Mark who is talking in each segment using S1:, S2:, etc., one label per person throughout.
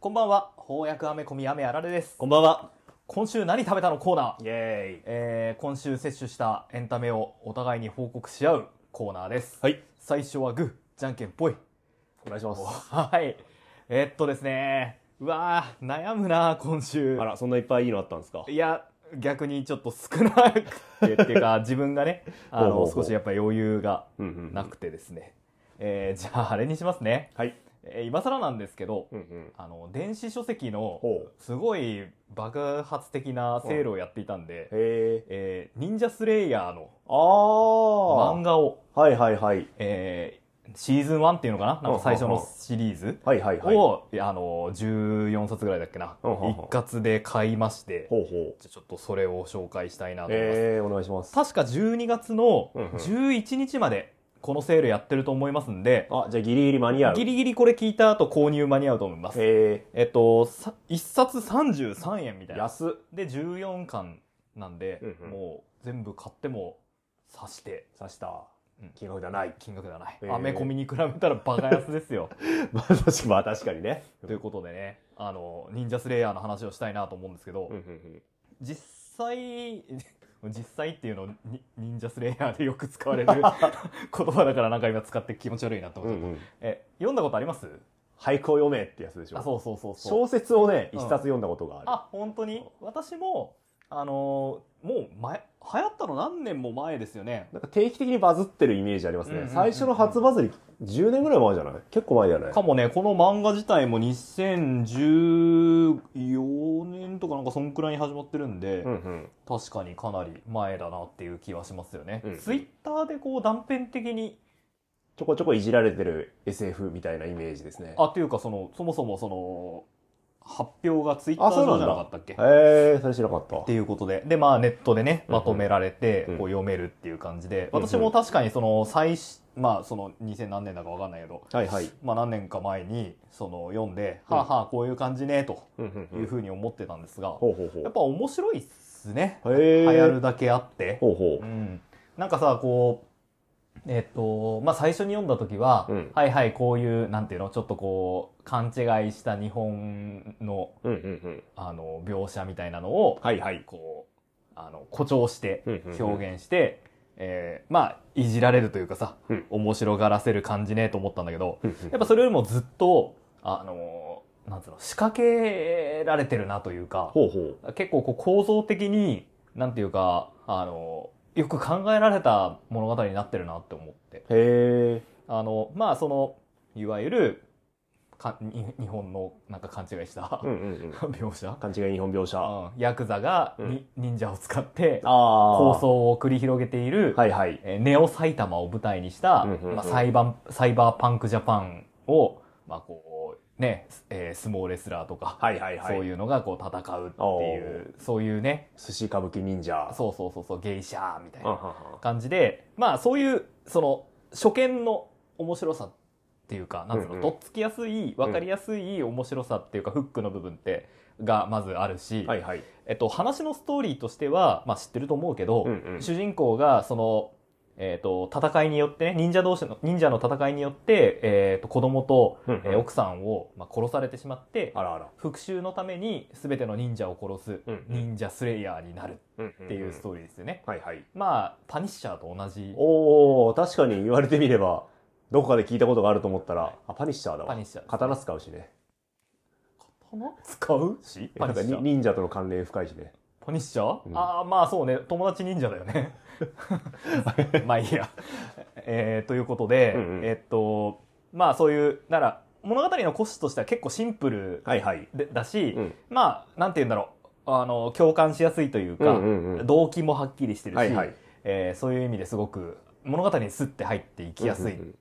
S1: こんばんは翻訳アメコミアメあられです
S2: こんばんは。
S1: 今週何食べたのコーナー
S2: イエーイ。
S1: えー今週摂取したエンタメをお互いに報告し合うコーナーです、
S2: はい。
S1: 最初はグーじゃんけんぽい
S2: お願いします。
S1: はいえっとですねうわー悩むな今週
S2: あら、そんないっぱいいいのあったんですか
S1: いや逆にちょっと少なくてっていう か自分がねあの
S2: ほうほうほう
S1: 少しやっぱ余裕が
S2: うんうん
S1: なくてですね、えーじゃああれにしますね、
S2: はい。
S1: えー今更なんですけど、
S2: うんうん。
S1: あの電子書籍の
S2: ほう。
S1: すごい爆発的なセールをやっていたんで、
S2: へえ。
S1: えー忍者スレイヤーの
S2: ああ。
S1: 漫画を、
S2: はいはいはい。
S1: えーシーズン1っていうのかななんか最初
S2: うんうん
S1: の
S2: うん
S1: シリーズ
S2: はいはいはい。ほ
S1: を、いやあの14冊ぐらいだっけな、
S2: うんうんうん
S1: 一括で買いまして、
S2: うほう。
S1: じゃあちょっとそれを紹介したいなと思います。
S2: ええ、お願いします。
S1: 確か12月の
S2: うんうん
S1: 11日までこのセールやってると思いますんで、
S2: あ、じゃあギリギリ間に合う。
S1: ギリギリこれ聞いた後購入間に合うと思います。
S2: へ
S1: えっと、さ1冊33円みた
S2: え。
S1: いな。
S2: 安っ。
S1: で、14巻なんで、
S2: うんうん
S1: もう全部買っても刺して、
S2: 刺した
S1: うん。
S2: 金額ではない。
S1: 金額ではない
S2: へ。ー
S1: アメコミに比べたらバカ安です よ。
S2: まあ確かまあ確かにね。
S1: ということでね、あの、忍者スレイヤーの話をしたいなと思うんですけど、
S2: うんうんうん。
S1: 実際、 実際っていうのをに忍者スレイヤーでよく使わ れる言葉だからなんか今使って気持ち悪いなと思
S2: う
S1: って、
S2: んうん。
S1: え、読んだことあります
S2: 俳句を読めってやつでしょ。
S1: あ、そうそうそうそう。
S2: 小説をね、
S1: う
S2: 一
S1: ん
S2: 冊読んだことがある。
S1: あ、本当に私も、あのーもう前、流行ったの何年も前ですよね。
S2: なんか定期的にバズってるイメージあります
S1: うんうん
S2: ね
S1: うん。うん
S2: 最初の初バズり、10年ぐらい前じゃない結構前じゃない
S1: かもね、この漫画自体も2014年とかなんかそんくらいに始まってるんで、
S2: うんうん。
S1: 確かにかなり前だなっていう気はしますよね。
S2: うん
S1: ツイッターでこう断片的に、
S2: ちょこちょこいじられてる SF みたいなイメージですね。
S1: あ、というかその、そもそもその、発表がツイッタ
S2: あ
S1: ー
S2: そうな
S1: 上
S2: ん
S1: じ
S2: だ
S1: ゃなかったっけ
S2: へえ、それ知らなかった。
S1: っていうことで。で、まあネットでね、
S2: うんうん
S1: まとめられて、
S2: うん
S1: こう読めるっていう感じで、
S2: うんうん
S1: 私も確かにその最初、まあその2000何年だかわかんないけど、
S2: はいはい。
S1: まあ何年か前にその読んで、
S2: うん
S1: はあはあこういう感じね、と
S2: うんうん
S1: いうふ
S2: う
S1: うに思ってたんですが、
S2: ほうほう
S1: やっぱ面白いっすね。
S2: ほう。へ
S1: 流
S2: え。
S1: 行るだけあって。
S2: ほうほ
S1: うん。なんかさ、こう、えっと、まあ最初に読んだ時は、
S2: うん
S1: はいはいこういう、なんていうの、ちょっとこう、勘違いした日本の、
S2: う。うんうんうん。
S1: あの、描写みたいなのを、
S2: はいはい。
S1: こう、あの、誇張して
S2: うんうんうん
S1: 表現して、えーまあ、いじられるというかさ、
S2: うん
S1: 面白がらせる感じねと思ったんだけど、
S2: うんうん
S1: やっぱそれよりもずっと、あのーなんつうの、仕掛けられてるなというか、
S2: ほうほう。
S1: 結構こう構造的に、なんていうか、あのーよく考えられた物語になってるなって思って。
S2: へえ。
S1: あの、まあ、その、いわゆる、かに日本のなんか勘違いした、
S2: うんうんうん。
S1: 描写、
S2: 勘違い日本描写。あ
S1: うんヤクザがに、忍者を使って、
S2: あ。構
S1: 構。想を繰り広げている、
S2: はいはい。
S1: えーネオ埼玉を舞台にした、
S2: うんうんうん
S1: まあ、サイバンサイバーパンクジャパンを、まあこうねえー相撲レスラーとか、
S2: はいはいはい。
S1: そう
S2: う。
S1: いうのがこう戦うっていうそういうね
S2: 寿司歌舞伎忍者。
S1: そうそうそうそうゲイシャーみたい
S2: うんう
S1: なん
S2: うん
S1: 感じで、まあそういうその初見の面白さっていうかなんつうの、
S2: うんうん
S1: とっつきやすい分かりやすい面白さっていうか、フックの部分ってがまずあるし、
S2: はいはい。
S1: えっと、話のストーリーとしては、まあ、知ってると思うけど、
S2: うんうん
S1: 主人公がその、えっと戦いによってね忍者同士の忍者の戦いによって、えっと子供と、
S2: うんうん
S1: えー奥さんを、まあ、殺されてしまって
S2: あらあら。
S1: 復讐のために全ての忍者を殺す
S2: うんうん
S1: 忍者スレイヤーになる
S2: っ
S1: っていうストーリーですよね。
S2: はいはい。
S1: まあパニッシャーと同じ
S2: おー、確かに言われてみれば、どこかで聞いたことがあると思ったら、あ、パニッシャーだ
S1: パ
S2: わ
S1: ニッ。シャーです。
S2: 刀使うしね。
S1: 刀使うしパ ニ
S2: なんか
S1: ッシ
S2: に
S1: ャー
S2: 忍者との関連深いしね。
S1: パニッシャー、
S2: うん
S1: ああまあそうね友達忍者だよ ねまあいいや、えーということで、
S2: うんうん
S1: えっとまあそういうなら物語の骨子としては結構シンプル
S2: はいはい。
S1: でだし、
S2: うん
S1: まあなんて言うんだろうあの共感しやすいというか、
S2: うんうんうん
S1: 動機もはっきりしてるし、
S2: はいはい。
S1: えーそういう意味ですごく物語にスッて入っていきやすい、
S2: うん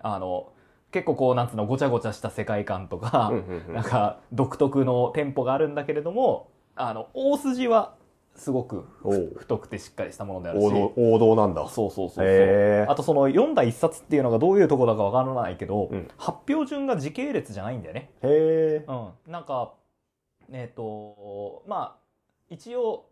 S1: あの結構こうなんつうのごちゃごちゃした世界観とか、
S2: うんうんうん
S1: なんか独特のテンポがあるんだけれどもあの大筋はすごく
S2: おう
S1: 太くてしっかりしたものであるし
S2: 王道王道なんだ。
S1: そうそうそうそう
S2: へえ。
S1: あとその読んだ一冊っていうのがどういうとこだかわからないけど、
S2: うん
S1: 発表順が時系列じゃないんだよね、
S2: へえ。
S1: うん、なんかえっ、とまあ一応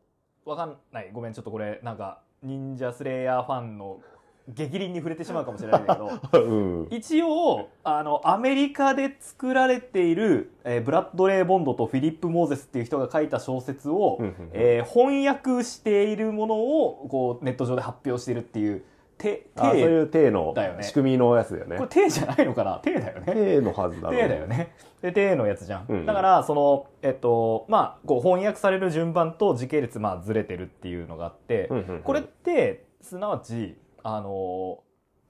S1: わかんないごめんちょっとこれなんか忍者スレイヤーファンの激鱗に触れてしまうかもしれないんだけど
S2: うん。
S1: 一応あのアメリカで作られている、えーブラッドレー・ボンドとフィリップ・モーゼスっていう人が書いた小説を、
S2: うんうんうん
S1: えー翻訳しているものをこうネット上で発表しているっていう手
S2: あそう
S1: 手
S2: いう体の
S1: だよね
S2: 仕組みのやつだよね
S1: これ。手じゃないのかな手だよね
S2: 体のはずだろう。
S1: 手だよね。で、手のやつじゃん。
S2: うんうん
S1: だから、その、えっと、まあ、こう翻訳される順番と時系列、まあ、ずれてるっていうのがあって、
S2: うんうんうん
S1: これって、すなわち、あの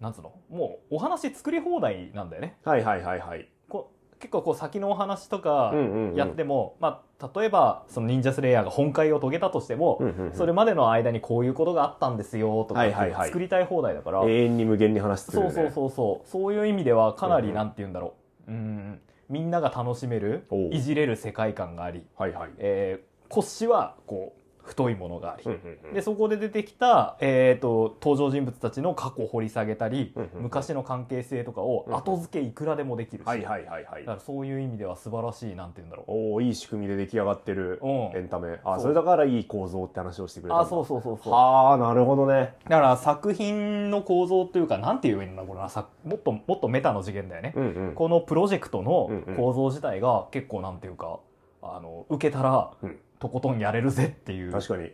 S1: ーなんつうのもう、お話作り放題なんだよね。
S2: はいはいはいはい。
S1: こう結構、こう、先のお話とか
S2: うんうんうん
S1: やっても、まあ、例えば、その、忍者スレイヤーが本会を遂げたとしても、
S2: うんうんうん
S1: それまでの間にこういうことがあったんですよ、とか、
S2: はいはいはい
S1: 作りたい放題だから、
S2: 永遠に無限に話する
S1: そ
S2: よ
S1: う
S2: ね。
S1: そうそうそうそういう意味ではかな
S2: うん
S1: り
S2: うん
S1: なんて言うんだろう,、うんみんなが楽しめる
S2: おう
S1: いじれる世界観があり、
S2: はいはい。
S1: えー、腰はこう太いものがあり、
S2: うんうんうん
S1: でそこで出てきた、えー、と登場人物たちの過去を掘り下げたり、
S2: うんうんうん
S1: 昔の関係性とかを後付けいくらでもできるし、
S2: はいはいはいはい
S1: だか。らそういう意味では素晴らしいなんて言うんだろう。
S2: おおいい仕組みで出来上がってる
S1: うん
S2: エンタメ。あ
S1: そう
S2: それだからいい構造って話をしてくれたんだ。
S1: あそうそうそうそう
S2: はあなるほどね。
S1: だから作品の構造というかなんて言えばいいんだろうなさもっともっとメタの次元だよね、
S2: うんうん。
S1: このプロジェクト
S2: うんう
S1: の
S2: ん
S1: 構造自体が結構なんていうか、あの、受けたら
S2: うん、
S1: とことんやれるぜっていう。
S2: 確かに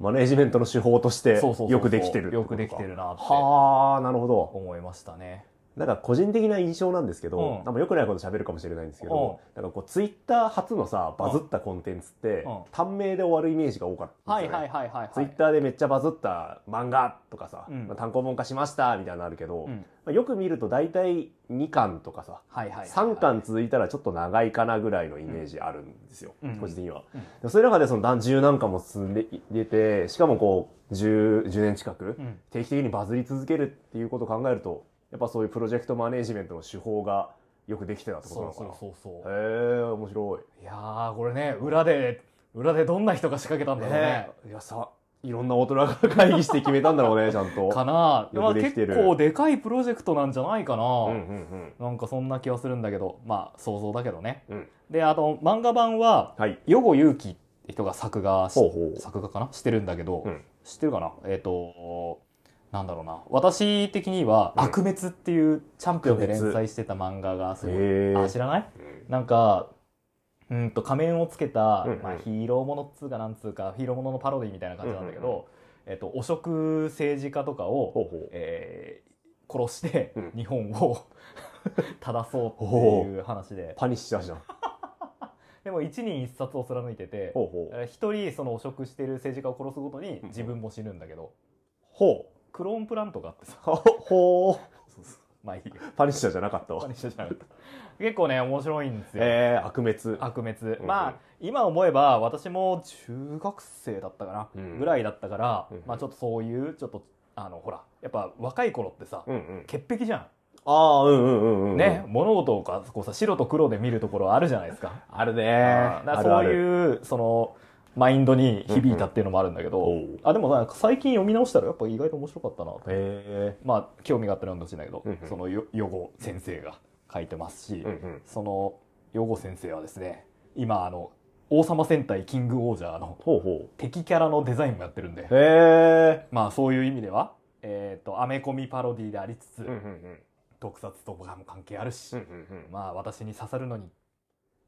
S2: マネージメントの手法として
S1: そうそうそうそう
S2: よくできてるってことか
S1: よくできてるなって
S2: はあなるほど
S1: 思いましたね。
S2: なんか個人的な印象なんですけど、
S1: うん
S2: なんか良くないこと喋るかもしれないんですけど、なんかこうツイッター初のさバズったコンテンツって、
S1: うん
S2: 短命で終わるイメージが多かったん
S1: は
S2: です
S1: い
S2: よね、
S1: はいはいはい、はい。
S2: ツイッターでめっちゃバズった漫画とかさ、
S1: うん
S2: まあ単行本化しましたみたいなのあるけど、
S1: うん
S2: まあよく見ると大体2巻とかさ、
S1: はいはいはいはい。
S2: 3巻続いたらちょっと長いかなぐらいのイメージあるんですよ、
S1: うん
S2: 個人的には。
S1: うん
S2: でそういう中でその何十何巻も進んでい出て、しかもこう10、10年近く
S1: うん
S2: 定期的にバズり続けるっていうことを考えると、やっぱそういうプロジェクトマネージメントの手法がよくできてたってことな
S1: そ
S2: の
S1: う
S2: か
S1: そう
S2: な。
S1: そうそう。
S2: へえ、面白い。
S1: いやー、これね、裏で、裏でどんな人が仕掛けたんだろうね
S2: ね。えいやさ、いろんな大人が会議して決めたんだろうね、ちゃん と。
S1: かなま
S2: よ
S1: あ
S2: くでき
S1: 結
S2: てる
S1: 構でかいプロジェクトなんじゃないかな、
S2: うんうんうん。
S1: なんかそんな気はするんだけど、まあ想像だけどね。
S2: うん
S1: で、あと漫画版は、
S2: はい。
S1: ヨゴユウキって人が作画し
S2: ほうほう
S1: 作画かなしてるんだけど、
S2: うん
S1: 知ってるかなえっ、となんだろうな私的には「
S2: うん
S1: 悪滅」っていうチャンピオンで
S2: 悪
S1: 連
S2: 滅
S1: 載してた漫画がすごい、
S2: へえ
S1: あ知らない
S2: うん
S1: なんかうんと仮面をつけた、
S2: うんうん
S1: まあ、ヒーローものっつうかなんつうかヒーローもののパロディみたいな感じなんだけど、
S2: うんうん
S1: えっと汚職政治家とかを、
S2: ほうほう。
S1: えー殺して
S2: うん
S1: 日本を 正そうっていう話で
S2: パニッシャーじゃん。
S1: でも一人一冊を貫いてて
S2: ほうほう。
S1: えー一人その汚職してる政治家を殺すごとに
S2: うん
S1: 自分も死ぬんだけど、
S2: ほう。
S1: クローンプラントがあってさ
S2: ほう。
S1: まあいいよ
S2: パニッシャーじゃなかったわ
S1: 他。にしてじゃなかった結構ね面白いんですよ、
S2: えー、悪滅。
S1: 悪滅、
S2: うん
S1: まあ今思えば私も中学生だったかな、
S2: うん
S1: ぐらいだったから、
S2: うん
S1: まあちょっとそういうちょっとあのほらやっぱ若い頃ってさ、
S2: うんうん。
S1: 潔癖じゃ、
S2: ああ、うんうんうんうんうんん。
S1: ね。物事をかこうさ白と黒で見るところあるじゃないですか
S2: あるね
S1: あーだからそう
S2: う。
S1: いうそのマインドに響いたっていうのもあるんだけど、
S2: うんうんおう
S1: あでもなんか最近読み直したらやっぱ意外と面白かったなと、
S2: へ
S1: まあ興味があったら読んでほしいんだけど、
S2: うんうん
S1: そのよ予後先生が書いてますし、
S2: え。うん
S1: その予後先生はですね今あの「王様戦隊キングオージャー」の
S2: ほうほ
S1: 敵キャラのデザインもやってるんで
S2: う。へえ。
S1: まあそういう意味ではえっ、とアメコミパロディでありつつ、
S2: うんうんうん。
S1: 特撮とかも関係あるし、
S2: うんうん
S1: まあ私に刺さるのに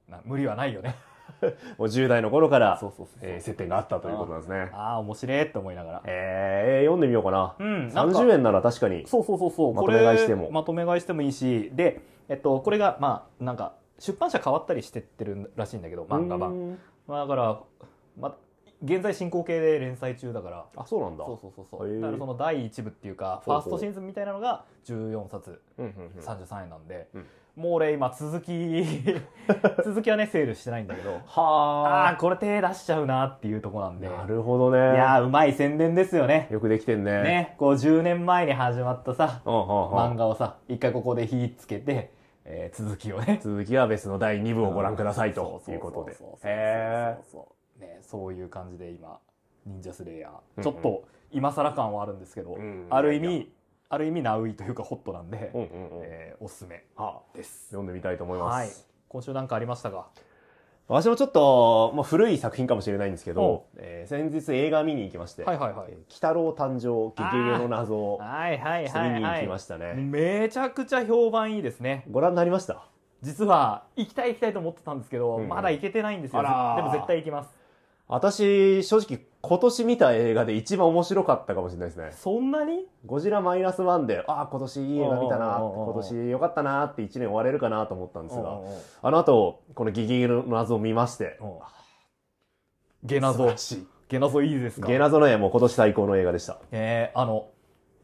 S1: な無理はないよ ね
S2: うん。もう10代の頃から、
S1: そうそうそうそう
S2: えー接点があったということなんですね。
S1: ああ面白いって思いながら
S2: えー、読んでみようかな。
S1: うんなんか
S2: 30円なら確かに。
S1: そうそうそうそう
S2: まと
S1: こ
S2: め
S1: れ
S2: 買いしても
S1: まとめ買いしてもいいしで、えっと、これがまあなんか出版社変わったりしてってるらしいんだけど漫画版、
S2: 版。
S1: まあ、だから、ま、現在進行形で連載中だから
S2: あ、そうなんだ。
S1: そうそうそうそう
S2: へえ
S1: だからその第1部っていうかフ
S2: ほう
S1: ァ
S2: ほ
S1: ー
S2: う
S1: ストシーズンみたいなのが14冊
S2: うんうんうん。
S1: 33円なんで、
S2: うん
S1: もう俺今続き 続きはねセールしてないんだけどああ
S2: は
S1: これ手出しちゃうなっていうとこなん
S2: あ。
S1: で
S2: なるほどね。
S1: いやーうまい宣伝ですよね
S2: よくできてんね。。
S1: ねこう10年前に始まったさ
S2: うんうんう
S1: 漫
S2: ん。
S1: 画をさ一回ここで火つけて、えー続きをね
S2: 続きは別の第2部をご覧くださいと
S1: そ
S2: いうことで
S1: そうそうそう。そう
S2: へえ。
S1: そうねそういう感じで今忍者スレイヤー、
S2: うん
S1: ちょっと今更感はあるんですけど、
S2: うん
S1: ある意
S2: いやい
S1: 味ある意味ナウイというかホットなんで、
S2: うんうんうん。
S1: えーおすすめ
S2: はあ
S1: です
S2: 読んでみたいと思います。
S1: はい今週なんかありましたか
S2: 私もちょっと、まあ、古い作品かもしれないんですけど、えー先日映画見に行きまして、
S1: はいはいはい
S2: えー鬼太郎誕生、激ゲゲの謎を
S1: はいはい
S2: ちょっと見
S1: は
S2: に
S1: い
S2: 行き
S1: は
S2: ましたね。
S1: いめちゃくちゃ評判いいですね
S2: ご覧になりました
S1: 実は行きたい行きたいと思ってたんですけど、
S2: うん
S1: まだ行けてないんですよ
S2: あらー
S1: でも絶対行きます
S2: 私、正直、今年見た映画で一番面白かったかもしれないですね。
S1: そんなに
S2: ゴジラマイナスワンで、ああ、今年いい映画見たな、
S1: おうおうおうお
S2: 今
S1: う
S2: 年良かったなって一年終われるかなと思ったんですが、
S1: おうおう
S2: あの後、このギギゲの謎を見まして、
S1: おうゲナゾ
S2: 素晴らしい
S1: ゲナゾいいですか
S2: ゲナゾの絵も今年最高の映画でした。
S1: えーあの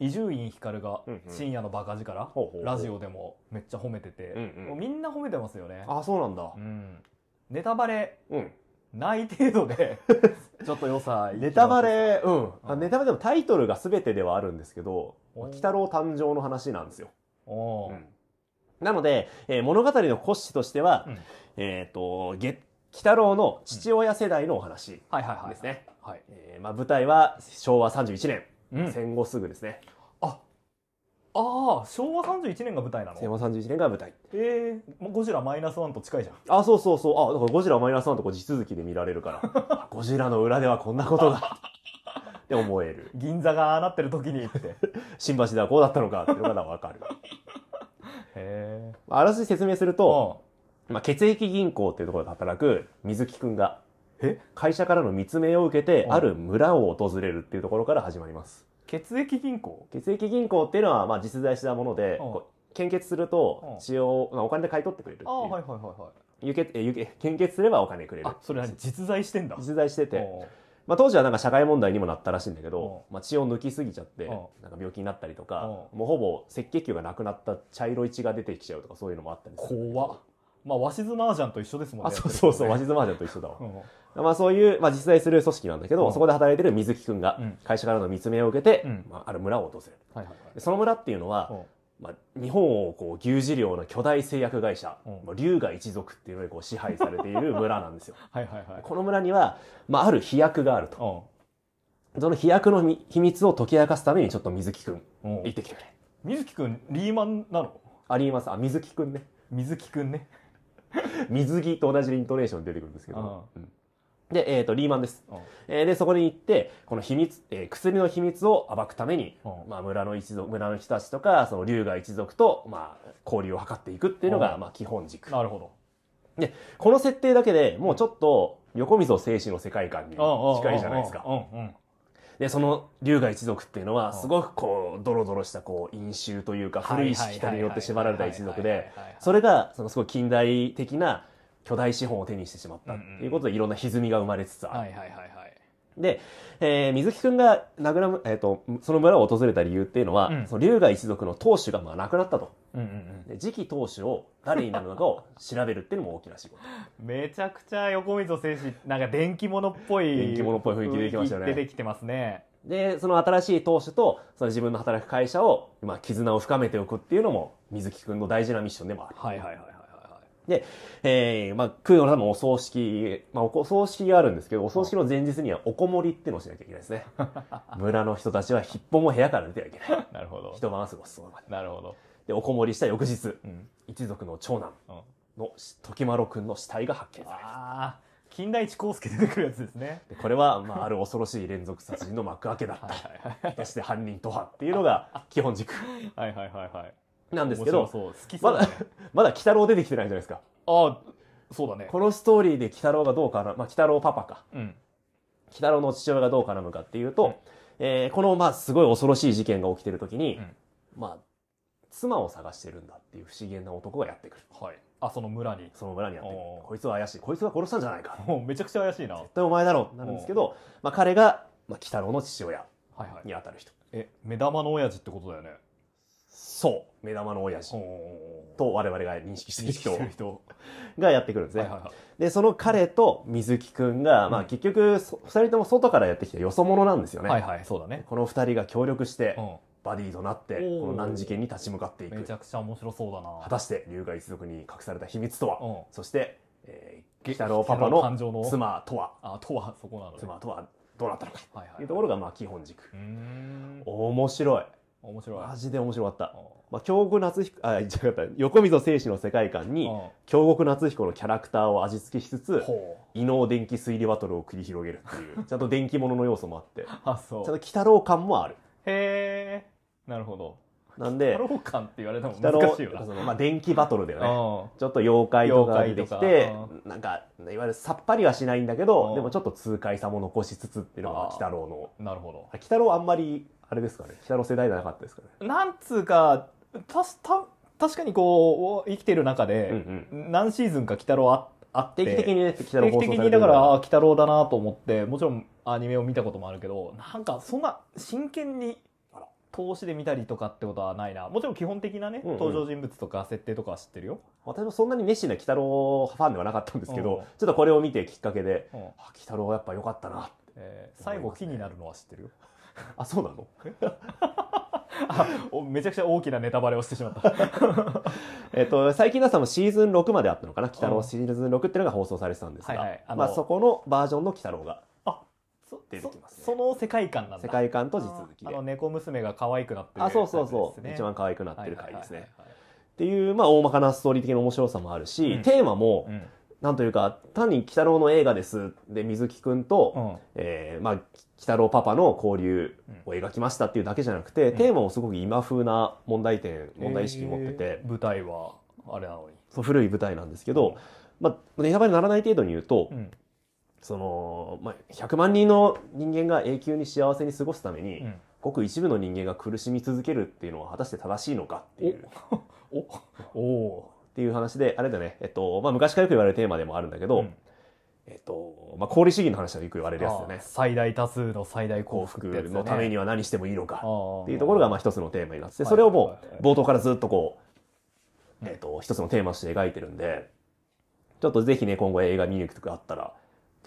S1: 伊集院光が
S2: うんうん
S1: 深夜のバカ力
S2: ほうほうほう
S1: ラジオでもめっちゃ褒めてて、
S2: うんうん
S1: もうみんな褒めてますよね、
S2: ああ、そうなんだ
S1: う。ん、ネタバレ
S2: うん。
S1: ない程度 でちょっと良さ言ってます
S2: ネタバレ、うん。
S1: う
S2: あ
S1: ん
S2: ネタバレでもタイトルが全てではあるんですけど、
S1: お
S2: まあ鬼太郎誕生の話なんですよ。
S1: おー
S2: なので、えー物語の骨子としては、
S1: うん
S2: えっ、と、げ、鬼太郎の父親世代のお話。
S1: はいはいはい
S2: ですね、
S1: はい
S2: えーまあ、舞台は昭和31年、
S1: うん、
S2: 戦後すぐですね。
S1: ああー昭和31年が舞台な
S2: 戦
S1: の
S2: 後31年が舞台。
S1: えー、もうゴジラマイナスワンと近いじゃん
S2: あ、そうそうそう。あ、だからゴジラマイナスワンとこ地続きで見られるから。 あゴジラの裏ではこんなことが。って思える。
S1: 銀座がああなってる時にって へ
S2: 新橋ではこうだったのかっていうのがわかる。
S1: え
S2: まああらすじ説明すると、
S1: あ
S2: まあ、血液銀行っていうところで働く水木くんが、
S1: え
S2: 会社からの密命を受けて、
S1: うん
S2: ある村を訪れるっていうところから始まります。
S1: 血液銀行
S2: 血液銀行っていうのは、まあ、実在したもので、
S1: うん
S2: こう献血する
S1: う
S2: と
S1: ん
S2: 血を、まあ、お金で買い取ってくれるってい
S1: ああは
S2: う
S1: いはいはいはい
S2: 輸血え輸血献血すればお金くれる
S1: あそれ何実在してんだ
S2: 実在して
S1: お
S2: て、
S1: ー
S2: まあ、当時はなんか社会問題にもなったらしいんだけど、まあ、血を抜きすぎちゃって
S1: うん
S2: なんか病気になったりとか
S1: うん
S2: もうほぼ赤血球がなくなった茶色い血が出てきちゃうとかそういうのもあったりする
S1: 怖っまあ鷲津麻雀と一緒ですもんね
S2: あそうそうそう
S1: やっ
S2: 和
S1: てる
S2: 室麻雀と一緒だわ
S1: ことね
S2: まあそういう、まあ実在する組織なんだけど、
S1: うん
S2: そこで働いてる水木くんが
S1: うん、
S2: 会社からの密命を受けて、
S1: うん
S2: まあ、ある村を訪れる。
S1: うんはいはい
S2: でその村っていうのは、
S1: はい
S2: まあ、日本をこう牛耳るような巨大製薬会社、
S1: うん
S2: まあ龍が一族っていうのにこう支配されている村なんですよ。
S1: はいはいはい
S2: この村には、まあ、ある飛躍があると。その飛躍のみ秘密を解き明かすために、ちょっと水木くん、
S1: うんうん
S2: 行ってきてくれ。
S1: 水木くんリーマンなの
S2: あります。あ、水木くんね。
S1: 水木くんね
S2: 水木と同じイントネーションで出てくるんですけど。うんで、えっ、と、リーマンです。
S1: うん
S2: えーで、そこに行って、この秘密、えー薬の秘密を暴くために、
S1: うん
S2: まあ、村の一族、村の人たちとか、その龍が一族と、まあ、交流を図っていくっていうのが、
S1: うん
S2: まあ、基本軸。
S1: なるほど
S2: この設定だけでもうちょっと横溝静止の世界観に近いじゃないですか。
S1: うんうん
S2: で、その龍が一族っていうのは、すごくこう、ドロドロしたこう、飲酒というか、古いしきたりによって縛られた一族で、そ
S1: れ
S2: れが、そのすごい近代的な巨大資本を手にしてしまったっていうことで、いろんな歪みが生まれつつあ
S1: は
S2: る。
S1: いはいはいはい
S2: で、えー水木くんが名倉む、えっ、と、その村を訪れた理由っていうのは、
S1: うん
S2: その龍が一族の当主がまあ亡くなったと。
S1: うんうんうん
S2: で次期当主を誰になるのかを調べるっていうのも大きな仕事。
S1: めちゃくちゃ横溝選手なんか電気物っぽい
S2: 電気物っぽい雰囲気出てきましたよね
S1: 出てきてますね
S2: で、その新しい党首と、その自分の働く会社を、まあ、絆を深めておくっていうのも、水木くんの大事なミッションでもある。
S1: はいはいはいはいはい
S2: で、えー、まあ、供養の多分お葬式、まあ、おお葬式があるんですけど、お葬式の前日にはおこもりっていうのをしなきゃいけないで すね。村の人たちは一歩も部屋から出てはいけない。
S1: はいなるほど
S2: 一晩過ごすその場で。
S1: なるほど
S2: で、おこもりした翌日、
S1: うん
S2: 一族の長男
S1: うん
S2: のし時丸くんの死体が発見される。
S1: ああ金田一耕助出てくるやつですね
S2: でこれは、まあ、ある恐ろしい連続殺人の幕開けだっ
S1: はい
S2: た。
S1: はいはい
S2: そして犯人とはっていうのが基本軸
S1: はいはいはいはい。
S2: なんですけ
S1: 面
S2: ど、
S1: 白そう好きそ
S2: ま
S1: うだ
S2: だ
S1: ね。、
S2: まだ鬼太郎出てきてないじゃないですか。
S1: ああ、そうだね。
S2: このストーリーで鬼太郎がどうかな、まあ、鬼太郎パパか。
S1: うん。
S2: 鬼太郎の父親がどう絡むかっていうと、
S1: うん
S2: えーこの、まあ、すごい恐ろしい事件が起きてる時に、
S1: うん
S2: まあ、妻を探してるんだっていう不思議な男がやってくる。
S1: はい。あ、その村に。
S2: その村にやってくる
S1: おー。
S2: こいつは怪しい。こいつが殺したんじゃないか。
S1: もうめちゃくちゃ怪しいな。は
S2: 絶対お前だろうってなるんですけど、まあ、彼が、まあ、鬼太郎の父親
S1: いはい。
S2: に当たる人。
S1: え、目玉の親父ってことだよね。
S2: そう。目玉の親
S1: お
S2: 父
S1: ー
S2: と我々が認識している
S1: 認識して
S2: 人
S1: る人。
S2: がやってくるんです
S1: は
S2: ね。
S1: いはいはい。
S2: で、その彼と水木くんが、ま
S1: う
S2: あ
S1: ん
S2: 結局、そ二人とも外からやってきたよそ者なんですよね。
S1: はいはい、そうだね。
S2: この二人が協力して、
S1: う
S2: バディとなって、
S1: お
S2: こ
S1: ー
S2: の難事件に立ち向かってい
S1: ん。め
S2: く
S1: ち。ゃくちゃ面白そうだ
S2: 果
S1: な。
S2: たして、龍が一族に隠された秘密とは、
S1: うん。
S2: そして、えー、
S1: げ
S2: 北郎パパの
S1: 感情の。
S2: 妻とは、
S1: あ、とはそこなのね。
S2: 妻とはどうなったのか
S1: はいはい。
S2: というところが、まあ基本軸。
S1: うーん。
S2: 面白い。
S1: 面白い
S2: マジで面白かった。
S1: う
S2: まあ、京極夏彦、あ、違った、横溝正史の世界観
S1: ん
S2: に、京極夏彦のキャラクターを味付けしつつ、
S1: ほう
S2: 異能電気推理バトルを繰り広げるって いう、ちゃんと電気ものの要素もあって、ち
S1: あそ
S2: ゃん
S1: う
S2: と鬼太郎感もある。
S1: へえなるほど
S2: なんで、
S1: 太郎感って言われても
S2: 鬼太郎
S1: 難しいよな
S2: そのまあ、電気バトルだよね。
S1: うん
S2: ちょっと妖怪とか出てき
S1: 妖
S2: て
S1: 怪と、
S2: なんか、いわゆるさっぱりはしないんだけ
S1: う
S2: ど、
S1: ん
S2: でもちょっと痛快さも残しつつっていうの
S1: あ
S2: が
S1: ー
S2: 鬼太郎の。
S1: なるほ
S2: あ鬼太郎あんまり、あれですかね、鬼太郎世代じゃなかったですかね。
S1: どなんつうかたした確かにこう生きてる中で、
S2: うん
S1: 何シーズンか鬼太郎ああって
S2: 定期的にね、鬼太郎
S1: 定
S2: 放
S1: 期的
S2: 送され
S1: に
S2: て
S1: だ
S2: る
S1: からあー
S2: ら
S1: 鬼太郎だなと思ってもちろんアニメを見たこともあるけどなんかそんな真剣に
S2: あら
S1: 投資で見たりとかってことはないなもちろん基本的なね、
S2: うんうん
S1: 登場人物とか設定とかは知ってるよ、
S2: 私もそんなに熱心な鬼太郎ファンではなかったんですけ
S1: うん
S2: ど、ちょっとこれを見てきっかけで、
S1: うん
S2: あ鬼太郎やっぱ良かったなって。
S1: えー最後気になるのは知ってるよ
S2: あ、そうなの
S1: あおめちゃくちゃ大きなネタバレをしてしま った
S2: えっと、最近だともシーズン6まであったのかな鬼太郎シーズン6っていうのが放送されてたんです
S1: はいは
S2: が
S1: いあ、の
S2: まあそこのバージョンの鬼太郎が
S1: そ
S2: 出てきますね
S1: そその世界観なんだ
S2: 世界観と地続き
S1: あ
S2: で
S1: のあの。猫娘が可愛くなってる
S2: あ、そうそうそう。
S1: やつですね
S2: 一番可愛くなってる回です
S1: はい
S2: ね。
S1: はいはい
S2: っていう、まあ、大まかなストーリー的な面白さもあるし、
S1: うん
S2: テーマも、
S1: はい
S2: なんというか、単に鬼太郎の映画です。で、水木くんと、
S1: うんうん
S2: えーまあ、鬼太郎パパの交流を描きましたっていうだけじゃなくて、
S1: うん
S2: テーマもすごく今風な問題点、問題意識持ってて、
S1: えー舞台はあれなのに
S2: そう古い舞台なんですけど、まあ、ネタバレにならない程度に言うと、
S1: うん
S2: その、まあ、100万人の人間が永久に幸せに過ごすために、
S1: うん
S2: ごく一部の人間が苦しみ続けるっていうのは果たして正しいのかっていう。
S1: おお
S2: っていう話で、あれだね、えっと、まあ、昔からよく言われるテーマでもあるんだけ
S1: ー
S2: ど、
S1: うん
S2: えっと、まあ、功利主義の話はよく言われるやつだよ
S1: あー
S2: ね。
S1: 最大多数の最大幸
S2: 幸
S1: 福
S2: 福
S1: ってやつだね
S2: のためには何してもいいのか、っていうところが、まあ、一つのテーマになってて、
S1: はい
S2: それをも、
S1: はいはいう
S2: 冒頭からずっとこ
S1: うん
S2: う、えっと、一つのテーマとして描いてるんで、ちょっとぜひね、今後映画見に行くとかあったら、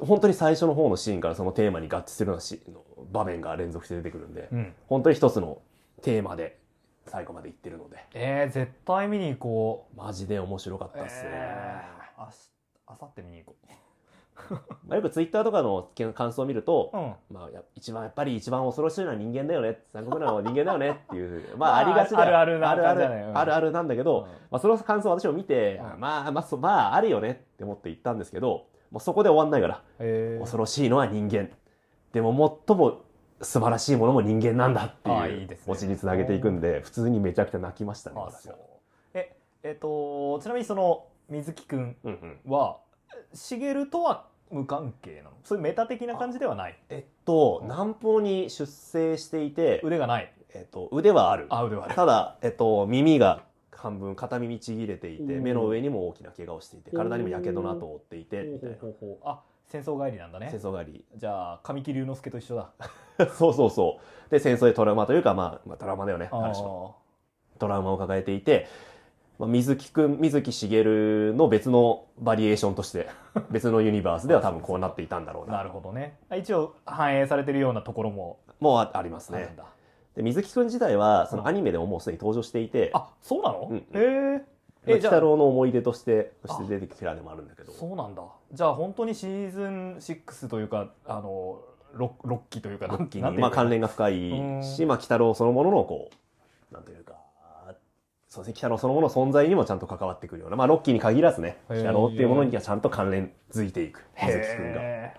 S2: 本当に最初の方のシーンからそのテーマに合致するようなしの場面が連続して出てくるんで
S1: あ、うん、
S2: 本当に一つのテーマで最後までいってるので、
S1: えー、絶対見に行こ
S2: マジで面白かっ
S1: う
S2: たっすね。
S1: えーあしあさって見に行こ
S2: まあ、よくツイッターとかのけん感想を見ると、
S1: う、うん、
S2: まあ、や一番やっぱり一番恐ろしいのは人間だよね残酷なのは人間だよねってい うまあありがちだよ
S1: ああるあるな
S2: あるあ
S1: 感じだねう
S2: る
S1: ん
S2: あるあるなんだけど、まあ、その感想を私も見て、
S1: うん
S2: あまあまあそうまああるよねって思って言ったんですけどもうそこで終わんないから、
S1: えー
S2: 恐ろしいのは人間でも最も素晴らしいものも人間なんだって
S1: ああ
S2: い
S1: いいうですね
S2: 持ちにつなげていくんで普通にめちゃくちゃ泣きましたね
S1: あ
S2: 私
S1: そ
S2: は
S1: う。ええっ、とちなみにその水木くん
S2: うんうん
S1: はしげるとは無関係なのそういうメタ的な感じではない
S2: えっと南方に出征していて、
S1: 腕がない
S2: えっと、腕はある
S1: あ腕はある
S2: ただ、えっと、耳が半分片耳ちぎれていて
S1: おー
S2: 目の上にも大きな怪我をしていて体にもやけどの跡を負っていてみたいな
S1: ほうほうほうほうあ戦争帰りなんだね
S2: 戦争があり
S1: じゃあ神木隆之介と一 緒だ
S2: そうそうそうで戦争でトラウマというか、まあ、まあトラウマだよね
S1: あー
S2: ある種のトラウマを抱えていて、まあ、水木くん水木しげるの別のバリエーションとして 別のユニバースでは多分こうなっていたんだろうな
S1: なるほどね一応反映されてるようなところも
S2: もうああります
S1: ある
S2: ね
S1: んだ
S2: で水木くん自体はそのアニメでももうすでに登場していて
S1: あそうなの、
S2: うん
S1: へえ
S2: 鬼
S1: えじゃ
S2: 太
S1: あ
S2: 郎の思い出としてそして出てきたキャラでもあるんだけど
S1: そうなんだじゃあ本当にシーズン6というかあの 6, 六期というか
S2: ロッキー
S1: なん
S2: に、
S1: ていう
S2: ま
S1: か
S2: あ、関連が深
S1: う
S2: い
S1: ん
S2: し、まあ、鬼太郎そのものの、こう、なんというか、そうですね、鬼太郎そのものの存在にもちゃんと関わってくるような、まあ、ロッキーに限らずね、
S1: へー
S2: 鬼太郎っていうものにはちゃんと関連づいていく、水木くんが。い
S1: へ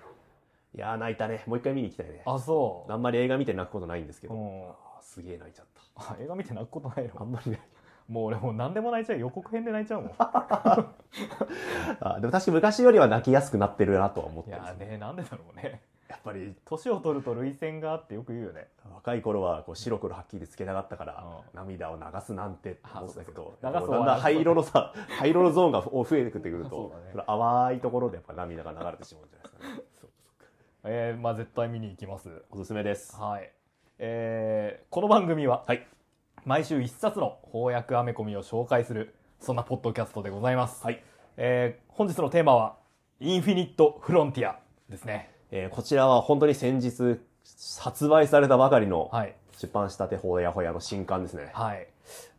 S2: やー、泣いたね。もう一回見に行きたいね
S1: え。あそう
S2: あんまり映画見て泣くことないんですけ
S1: う
S2: ど、
S1: ん
S2: あーすげえ泣いちゃっ
S1: あ映画見て泣くことない
S2: た。あ
S1: の
S2: んまりね。
S1: もう俺もう何でも泣いちゃう予告編で泣いちゃう もん
S2: あでも確か昔よりは泣きやすくなってるなとは思っ
S1: い
S2: てま
S1: や
S2: す、
S1: ねなんでだろうね
S2: やっぱり、
S1: 年を取ると涙腺があってよく言うよね
S2: 若い頃はこう白黒はっきりつけたかったから
S1: う、
S2: 涙を流すなんてって思ってたけど、
S1: あ
S2: やっ
S1: そ
S2: ぱ
S1: う
S2: も
S1: そうう
S2: だんだん灰色のさ、灰色のゾーンが増えてくってくる
S1: そう
S2: と
S1: だね、
S2: その淡いところでやっぱ涙が流れてしまうんじゃない ですかね。
S1: えー、まあ絶対見に行きます
S2: おすすめです。
S1: はい、えーこの番組は、
S2: はい
S1: 毎週一冊の翻訳アメコミを紹介するそんなポッドキャストでございます、
S2: はい。
S1: えー本日のテーマは「インフィニット・フロンティア」ですね
S2: えーこちらは本当に先日発売されたばかりの
S1: はい、
S2: 出版したてほやほやの新刊ですね。
S1: はい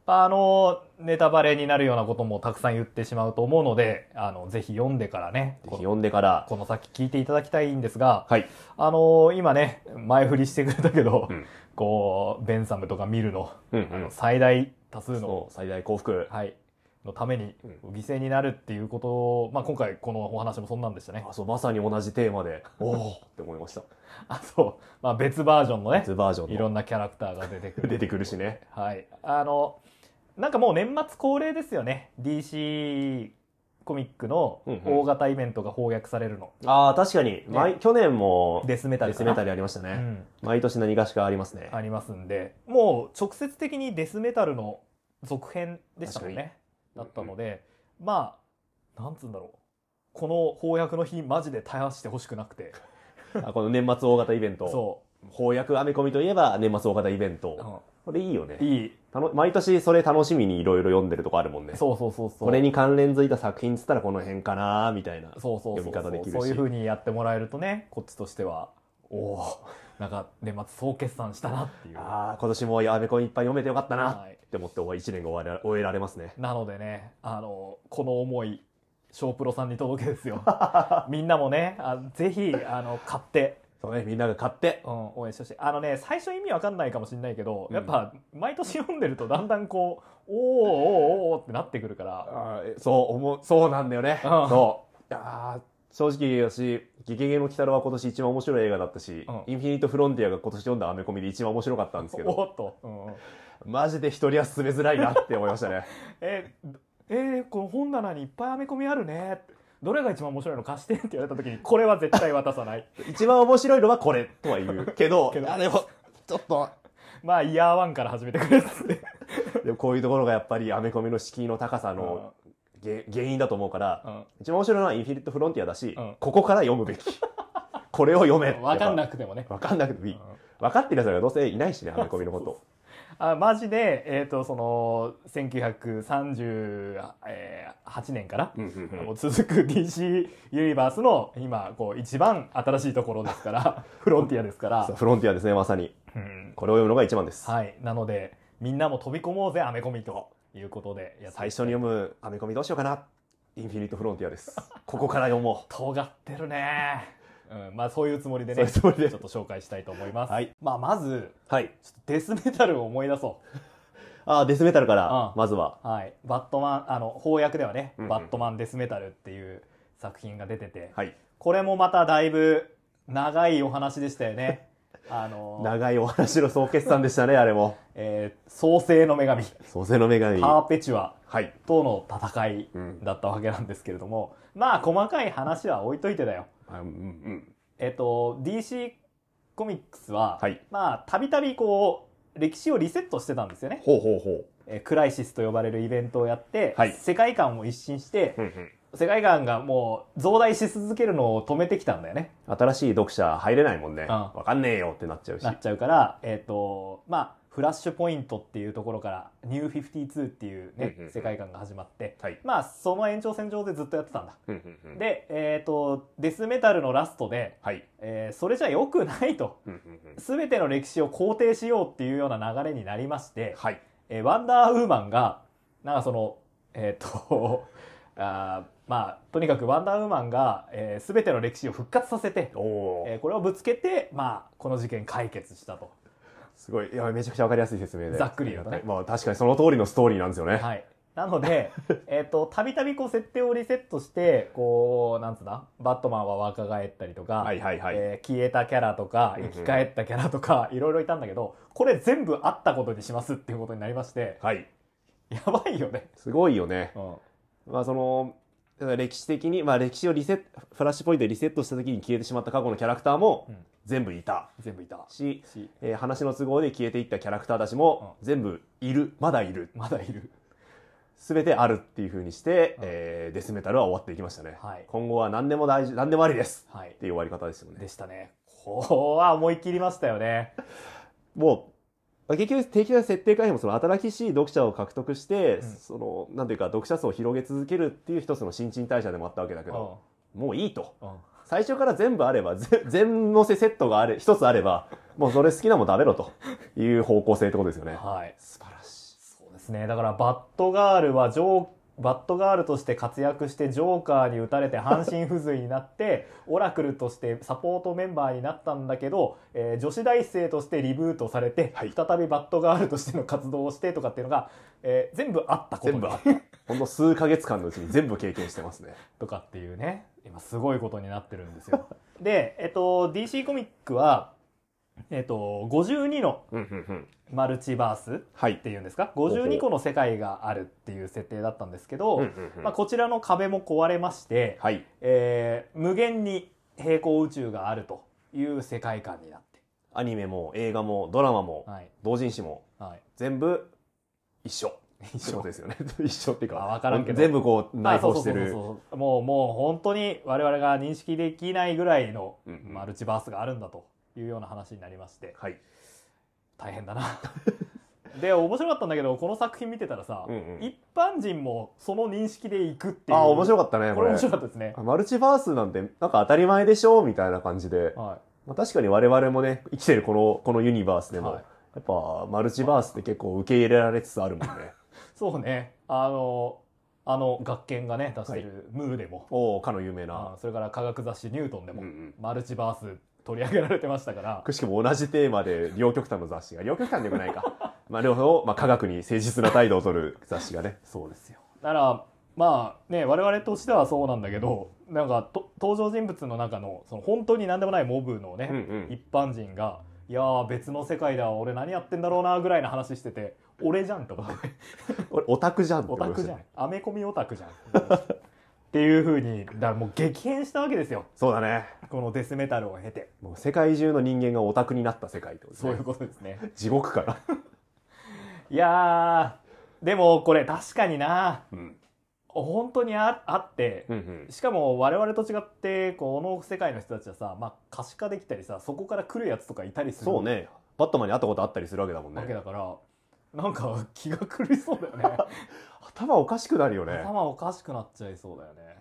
S1: まあ、あのネタバレになるようなこともたくさん言ってしまうと思うのであのぜひ読んでからね
S2: ぜひ
S1: この
S2: 読んでから、
S1: この先聞いていただきたいんですが
S2: はい。
S1: あの今ね前振りしてくれたけど、
S2: うん
S1: こうベンサムとかミルの
S2: うんう
S1: あの
S2: ん。
S1: 最大多数の、
S2: そう、最大幸福。
S1: はい、のために
S2: う
S1: 犠牲になるっていうことを、まあ、今回このお話もそんなんでしたね。
S2: あ、そう、まさに同じテーマで、おおって思いました。
S1: あと、まあ、別バージョンのね
S2: 別バージョ
S1: いろ
S2: ン
S1: んなキャラクターが出てく
S2: の
S1: る
S2: 出てくるしね。
S1: はい、あのなんかもう年末恒例ですよね DC コミックの
S2: うんうん
S1: 大型イベントが翻訳されるの、
S2: ああ、確かに、毎去年も
S1: デスメタル
S2: デ
S1: か
S2: ス
S1: な
S2: メタルありました
S1: う
S2: ね。
S1: ん、
S2: 毎年何かしかありますね。
S1: ありますんでもう直接的にデスメタルの続編でしたもんねだっ
S2: 確
S1: た
S2: かに
S1: ので、まあなんつうんだろうこの翻訳の日マジで絶やしてほしくなくて
S2: あこの年末大型イベント。
S1: そ
S2: 翻訳アメコミといえば年末大型イベン
S1: う、
S2: ト。これいいよね
S1: うん。いい
S2: たの毎年それ楽しみにいろいろ読んでるとこあるもんね。
S1: そうそうそうそう
S2: これに関連づいた作品っつったらこの辺かなーみたいな。
S1: そうそうそう
S2: 読み方できるし
S1: そういうふうにやってもらえるとねこっちとしてはおおーなんか年末総決算したなっていう
S2: ああ、今年もアメコミいっぱい読めてよかったなっ
S1: はい、
S2: て思って1年が終わら終えられますね。
S1: なのでねあのこの思い小プロさんに届けです よみんなもねあぜひあの買って、
S2: そうね、みんなが買って。
S1: うん、応援してほしいあのね最初意味わかんないかもしれないけど、
S2: うん
S1: やっぱ毎年読んでるとだんだんこうおーおーおーおーってなってくるから
S2: あーえそう思う、そうなんだよね。
S1: うん
S2: そう。あー正直、私、ゲゲゲの鬼太郎は今年一番面白い映画だったし、
S1: うん
S2: インフィニットフロンティアが今年読んだアメコミで一番面白かったんですけ
S1: お
S2: ど、
S1: ーっと、うんうん
S2: マジで一人は進めづらいなって思いましたね。
S1: ええーこの本棚にいっぱいアメコミあるねってどれが一番面白いの貸してって言われた時にこれは絶対渡さない
S2: 一番面白いのはこれとは言うけど、
S1: けど
S2: あでも、ちょっと、
S1: まあイヤーワンから始めてくれっつって
S2: でもこういうところがやっぱりアメコミの敷居の高さのげ原因だと思うから、
S1: うん
S2: 一番面白いのはインフィニットフロンティアだし、
S1: うん
S2: ここから読むべき。これを読め。
S1: 分かん
S2: く
S1: なくてもね
S2: わかんなくていい。
S1: うん
S2: わかってる奴らがどうせいないしね、アメコミのこと。
S1: あマジで、えー、とその1938年から、
S2: うんうんうん
S1: もう続く DC ユニバースの今こう一番新しいところですから フロンティアですから
S2: さあ、フロンティアですね、まさに。
S1: うん
S2: これを読むのが一番です。
S1: はいなのでみんなも飛び込もうぜアメコミということでやって
S2: 最初に読むアメコミどうしようかな。インフィニットフロンティア です。ここから読も
S1: 尖ってるね、うん、まあそういうつもりで
S2: そう
S1: ね
S2: いうつもりで
S1: ちょっと紹介したいと思います、
S2: はい
S1: まあ、まず
S2: う。は
S1: ち
S2: い。
S1: ょっとデスメタルを思い出そう
S2: ああ、デスメタルから
S1: う、ん
S2: まずは。
S1: はい、バットマンあの翻訳ではね、
S2: うんうん
S1: バットマン・デスメタル」っていう作品が出てて、
S2: はい。
S1: これもまただいぶ長いお話でしたよ ねあの、
S2: 長いお話の総決算でしたね、あれも。
S1: えー創世の女神
S2: 創世の女神。
S1: パーペチュア
S2: はい。
S1: との戦い
S2: うん。
S1: だったわけなんですけれどもまあ細かい話は置いといてだよ
S2: あうんうん。
S1: えっと DC コミックスは、
S2: はい。
S1: まあたびたびこう歴史をリセットしてたんですよね、
S2: ほうほうほう。
S1: えークライシスと呼ばれるイベントをやって、
S2: はい
S1: 世界観を一新して、
S2: うんうん
S1: 世界観がもう増大し続けるのを止めてきたんだよね。
S2: 新しい読者入れないもんね。
S1: ん
S2: わかんねえよってなっちゃうし
S1: な。っちゃうから、えっ、と、まあ、フラッシュポイントっていうところから、ニュー52っていうね、
S2: うんうんうん
S1: 世界観が始まって、
S2: はい。
S1: まあ、その延長線上でずっとやってたんだ。
S2: うんうんうん、
S1: で、えっ、と、デスメタルのラストで、
S2: はい。
S1: えーそれじゃ良くないと。
S2: うんうんうん
S1: すべての歴史を肯定しようっていうような流れになりまして、
S2: はい。
S1: えーワンダーウーマンが、なんかその、えーっと、 あーまあ、とにかくワンダーウーマンが、えー、全ての歴史を復活させて、
S2: おお、
S1: えーこれをぶつけて、まあ、この事件解決したと。
S2: すごい。いや、めちゃくちゃわかりやすい説明で。
S1: ざっくり言うとね
S2: まあ確かにその通りのストーリーなんですよね。
S1: はい。なの で、えーっと、たびたびこう設定をリセットして、こう、なんつうんだ、バットマンは若返ったりとか、
S2: はい、はい、はい
S1: えー消えたキャラとか、
S2: うんう
S1: 生
S2: ん
S1: き返ったキャラとか、 いろいろいたんだけど、これ全部あったことにしますっていうことになりまして、
S2: はい。
S1: やばいよね。
S2: すごいよね。
S1: うん。
S2: まあその、歴史的に、まあ歴史をリセット、フラッシュポイントでリセットした時に消えてしまった過去のキャラクターも
S1: うん
S2: 全部いた
S1: 全部いた。
S2: し、
S1: し、
S2: えー話の都合で消えていったキャラクターたちも全部いる、まだいる、
S1: まだいる。
S2: すべてあるっていう風にして、
S1: うん
S2: えーデスメタルは終わっていきましたね。
S1: はい
S2: 今後は何でも大事、何でもありです
S1: はい
S2: っ。ていう終わり方ですよね
S1: で。したね。ここは思い切りましたよね。
S2: もう、結局、定期的な設定改変も、その新しい読者を獲得して、
S1: ん
S2: その、なんていうか、読者層を広げ続けるっていう一つの新陳代謝でもあったわけだけど、もういいと。
S1: うんうん
S2: 最初から全部あれば、ぜ 全のせセットがあれ、一つあれば、もうそれ好きなもん食べろという方向性ってことですよね。
S1: はい。
S2: 素晴らしい。
S1: そうですね。だから、バットガールはジョーバットガールとして活躍してジョーカーに打たれて半身不随になって オラクルとしてサポートメンバーになったんだけど、えー女子大生としてリブートされて、
S2: はい
S1: 再びバットガールとしての活動をしてとかっていうのが、えー全部あったこと
S2: 全
S1: に
S2: 部あった。ほんと数ヶ月間のうちに全部経験してますね。
S1: とかっていうね今すごいことになってるんですよ。で、えっと、DC コミックは、えっと、52の
S2: うんうんうん。
S1: マルチバース
S2: は
S1: っ
S2: い。
S1: ていうんですか
S2: うほう
S1: 52個の世界があるっていう設定だったんですけど、
S2: うんうんうん
S1: まあ、こちらの壁も壊れまして、
S2: はい。
S1: えー無限に平行宇宙があるという世界観になって、
S2: アニメも映画もドラマも
S1: はい
S2: 同人誌も
S1: はい、
S2: 全部一緒。一緒ですよね。 一緒っていうか。
S1: あわからんけど
S2: 全部こう 内
S1: あそう
S2: 包
S1: そう
S2: して
S1: そう
S2: る。
S1: そうもうもう本当に我々が認識できないぐらいの
S2: うんうん
S1: マルチバースがあるんだというような話になりまして
S2: はい。
S1: 大変だ なで面白かったんだけどこの作品見てたらさ、
S2: うんうん
S1: 一般人もその認識でいくっていう
S2: ああ、面白かったね、
S1: こ
S2: こ
S1: れ
S2: れ。
S1: 面白かったですね
S2: あマルチバースなんて、なんか当たり前でしょみたいな感じで。
S1: は
S2: まあ、確かに我々もね、生きてるこの、このユニバースでも、
S1: はい
S2: やっぱ、マルチバースって結構受け入れられつつあるもんね。
S1: いそうねあのあの学研がね出してるムーでも、
S2: おおかの有名な。
S1: あそれから科学雑誌「ニュートン」でも、
S2: うんうん
S1: マルチバース取り上げられてましたから
S2: くしくも同じテーマで両極端の雑誌が、両極端でもない か。まあ、両方、まあ、科学に誠実な態度を取る雑誌がね。
S1: そうですよだからまあね我々としてはそうなんだけどなんかと登場人物の中のその本当に何でもないモブのね、
S2: うんうん
S1: 一般人が「いやー別の世界だ俺何やってんだろうな」ぐらいの話してて「俺じゃん」と か
S2: 俺、オタクじゃん
S1: 「
S2: って
S1: オタクじゃ
S2: ね
S1: ん」「アメコミオタクじゃん」っていうふうにだからもう激変したわけですよ
S2: そうだね。
S1: このデスメタルを経て
S2: もう世界中の人間がオタクになった世界ってことです
S1: そう
S2: ね。
S1: いうことですね。
S2: 地獄から。
S1: いやーでもこれ確かにな
S2: うん。
S1: 本当にああって
S2: うんうん。
S1: しかも我々と違ってこの世界の人たちはさ、まあ、可視化できたりさそこから来るやつとかいたりする
S2: そうね。バットマンに会ったことあったりするわけだもん
S1: わけ
S2: ね。
S1: だから、なんか気が狂いそうだ よね
S2: 頭おかしくなるよね。
S1: 頭おかしくなっちゃいそうだよね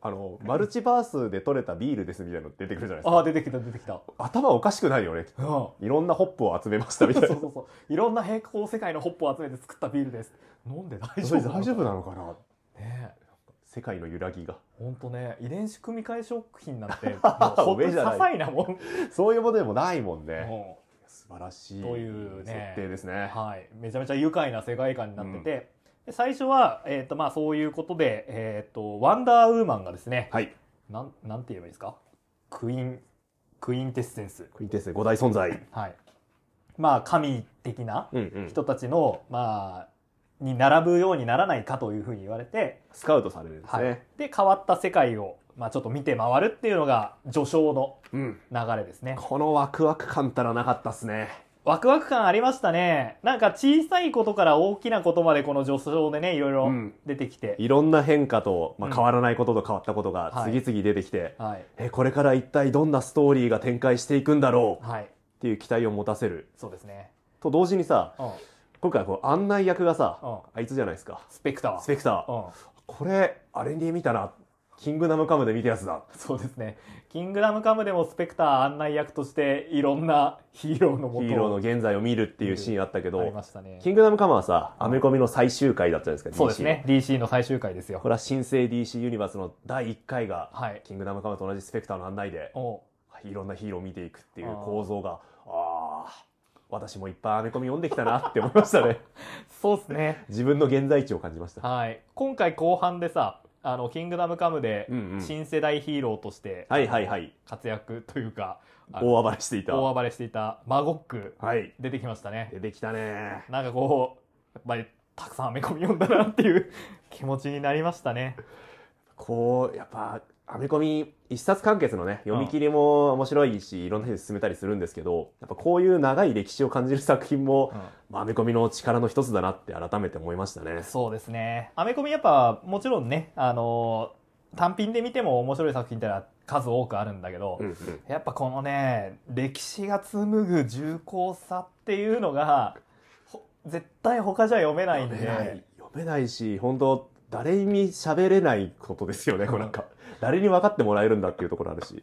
S2: あの、マルチバースで取れたビールですみたいなの出てくるじゃないです
S1: あ
S2: か。
S1: あ出てきた出てきた、
S2: 頭おかしくないよね。
S1: うん、 そ
S2: いろんなホップを集めましたみ
S1: う
S2: たいな。
S1: そうそういろんな平行世界のホップを集めて作ったビールです飲んで大丈夫
S2: 大丈夫なのかな
S1: ね
S2: 世界の揺らぎが。
S1: 本当ね遺伝子組み換え食品 なんてもうほんと
S2: 上
S1: 些
S2: じゃない
S1: 細なもん、
S2: そういうものでもないもんね。
S1: もう
S2: 素晴らしい
S1: という
S2: 設
S1: ね
S2: 定ですね。
S1: はい、めちゃめちゃ愉快な世界観になってて、で最初は、えーとまあ、そういうことで、えー、とワンダーウーマンがですね
S2: はい。
S1: なんなんて言えばいいですかクイーンクイーンテッセンス、
S2: クイーンテッセ5大存在。
S1: はいまあ、神的な
S2: うんうん
S1: 人たちの、まあ、に並ぶようにならないかというふうに言われて、
S2: スカウトされるんです
S1: はい
S2: ね。
S1: で変わった世界を、まあ、ちょっと見て回るっていうのが序章の
S2: うん。
S1: 流れですね。
S2: このワクワク感たらなかったっすね。
S1: ワクワク感ありましたね。なんか小さいことから大きなことまでこの序章でね、いろいろ
S2: うん
S1: 出てきて、
S2: いろんな変化と、ま
S1: う
S2: あ、
S1: ん
S2: 変わらないことと変わったことが
S1: はい
S2: 次々出てきて、
S1: はい。
S2: え、これから一体どんなストーリーが展開していくんだろう
S1: はい。
S2: っていう期待を持たせる。
S1: そうですね。
S2: と同時にさ、
S1: うん。
S2: 今回こう案内役がさ、
S1: うん
S2: あいつじゃないですか。
S1: スペクター。
S2: スペクター。
S1: う
S2: これ、あれに見たな。キングダムカムで見たやつだ。
S1: ん。そうですね。キングダムカムでもスペクター案内役としていろんなヒーローの
S2: ヒ
S1: もと
S2: ーローの現在を見るっていうシーンあったけ
S1: あり
S2: ど
S1: ま、したね。
S2: キングダムカムはさ、アメコミの最終回だったじゃないですか、
S1: そうですね
S2: DC。
S1: DC の最終回ですよ
S2: の。こ。れは新生 DC ユニバースの第1回が、
S1: はい。
S2: キングダムカムと同じスペクターの案内で、
S1: おう
S2: いろんなヒーローを見ていくっていう
S1: あー
S2: 構造が、ああー、私もいっぱいアメコミ読んできたなって思いました ね。
S1: そうですね。
S2: 自分の現在地を感じました。
S1: はい。今回後半でさ、あの、キングダムカムで
S2: うんうん
S1: 新世代ヒーローとして
S2: はいはいはい。
S1: 活躍というか、あの
S2: 大暴れしていた。
S1: 大暴れしていたマゴック
S2: はい。
S1: 出てきましたね。
S2: 出てきたね。
S1: なんかこう、やっぱりたくさんアメコミ読んだなっていう 気持ちになりましたね。
S2: こう、やっぱ、アメコミ、一冊完結のね、読み切りも面白いし、いろんな人に勧めたりするんですけど、やっぱこういう長い歴史を感じる作品も、
S1: うん
S2: まあ、アメコミの力の一つだなって改めて思いましたね。
S1: そうですね。アメコミやっぱもちろんね、あのー単品で見ても面白い作品ってのは数多くあるんだけど、
S2: うんうん
S1: やっぱこのね、歴史が紡ぐ重厚さっていうのが、ほ絶対他じゃ読めないん
S2: 読めない
S1: で、。
S2: 読めないし、本当誰に喋れないことですよね、こうなんか。誰に分かってもらえるんだっていうところあるし。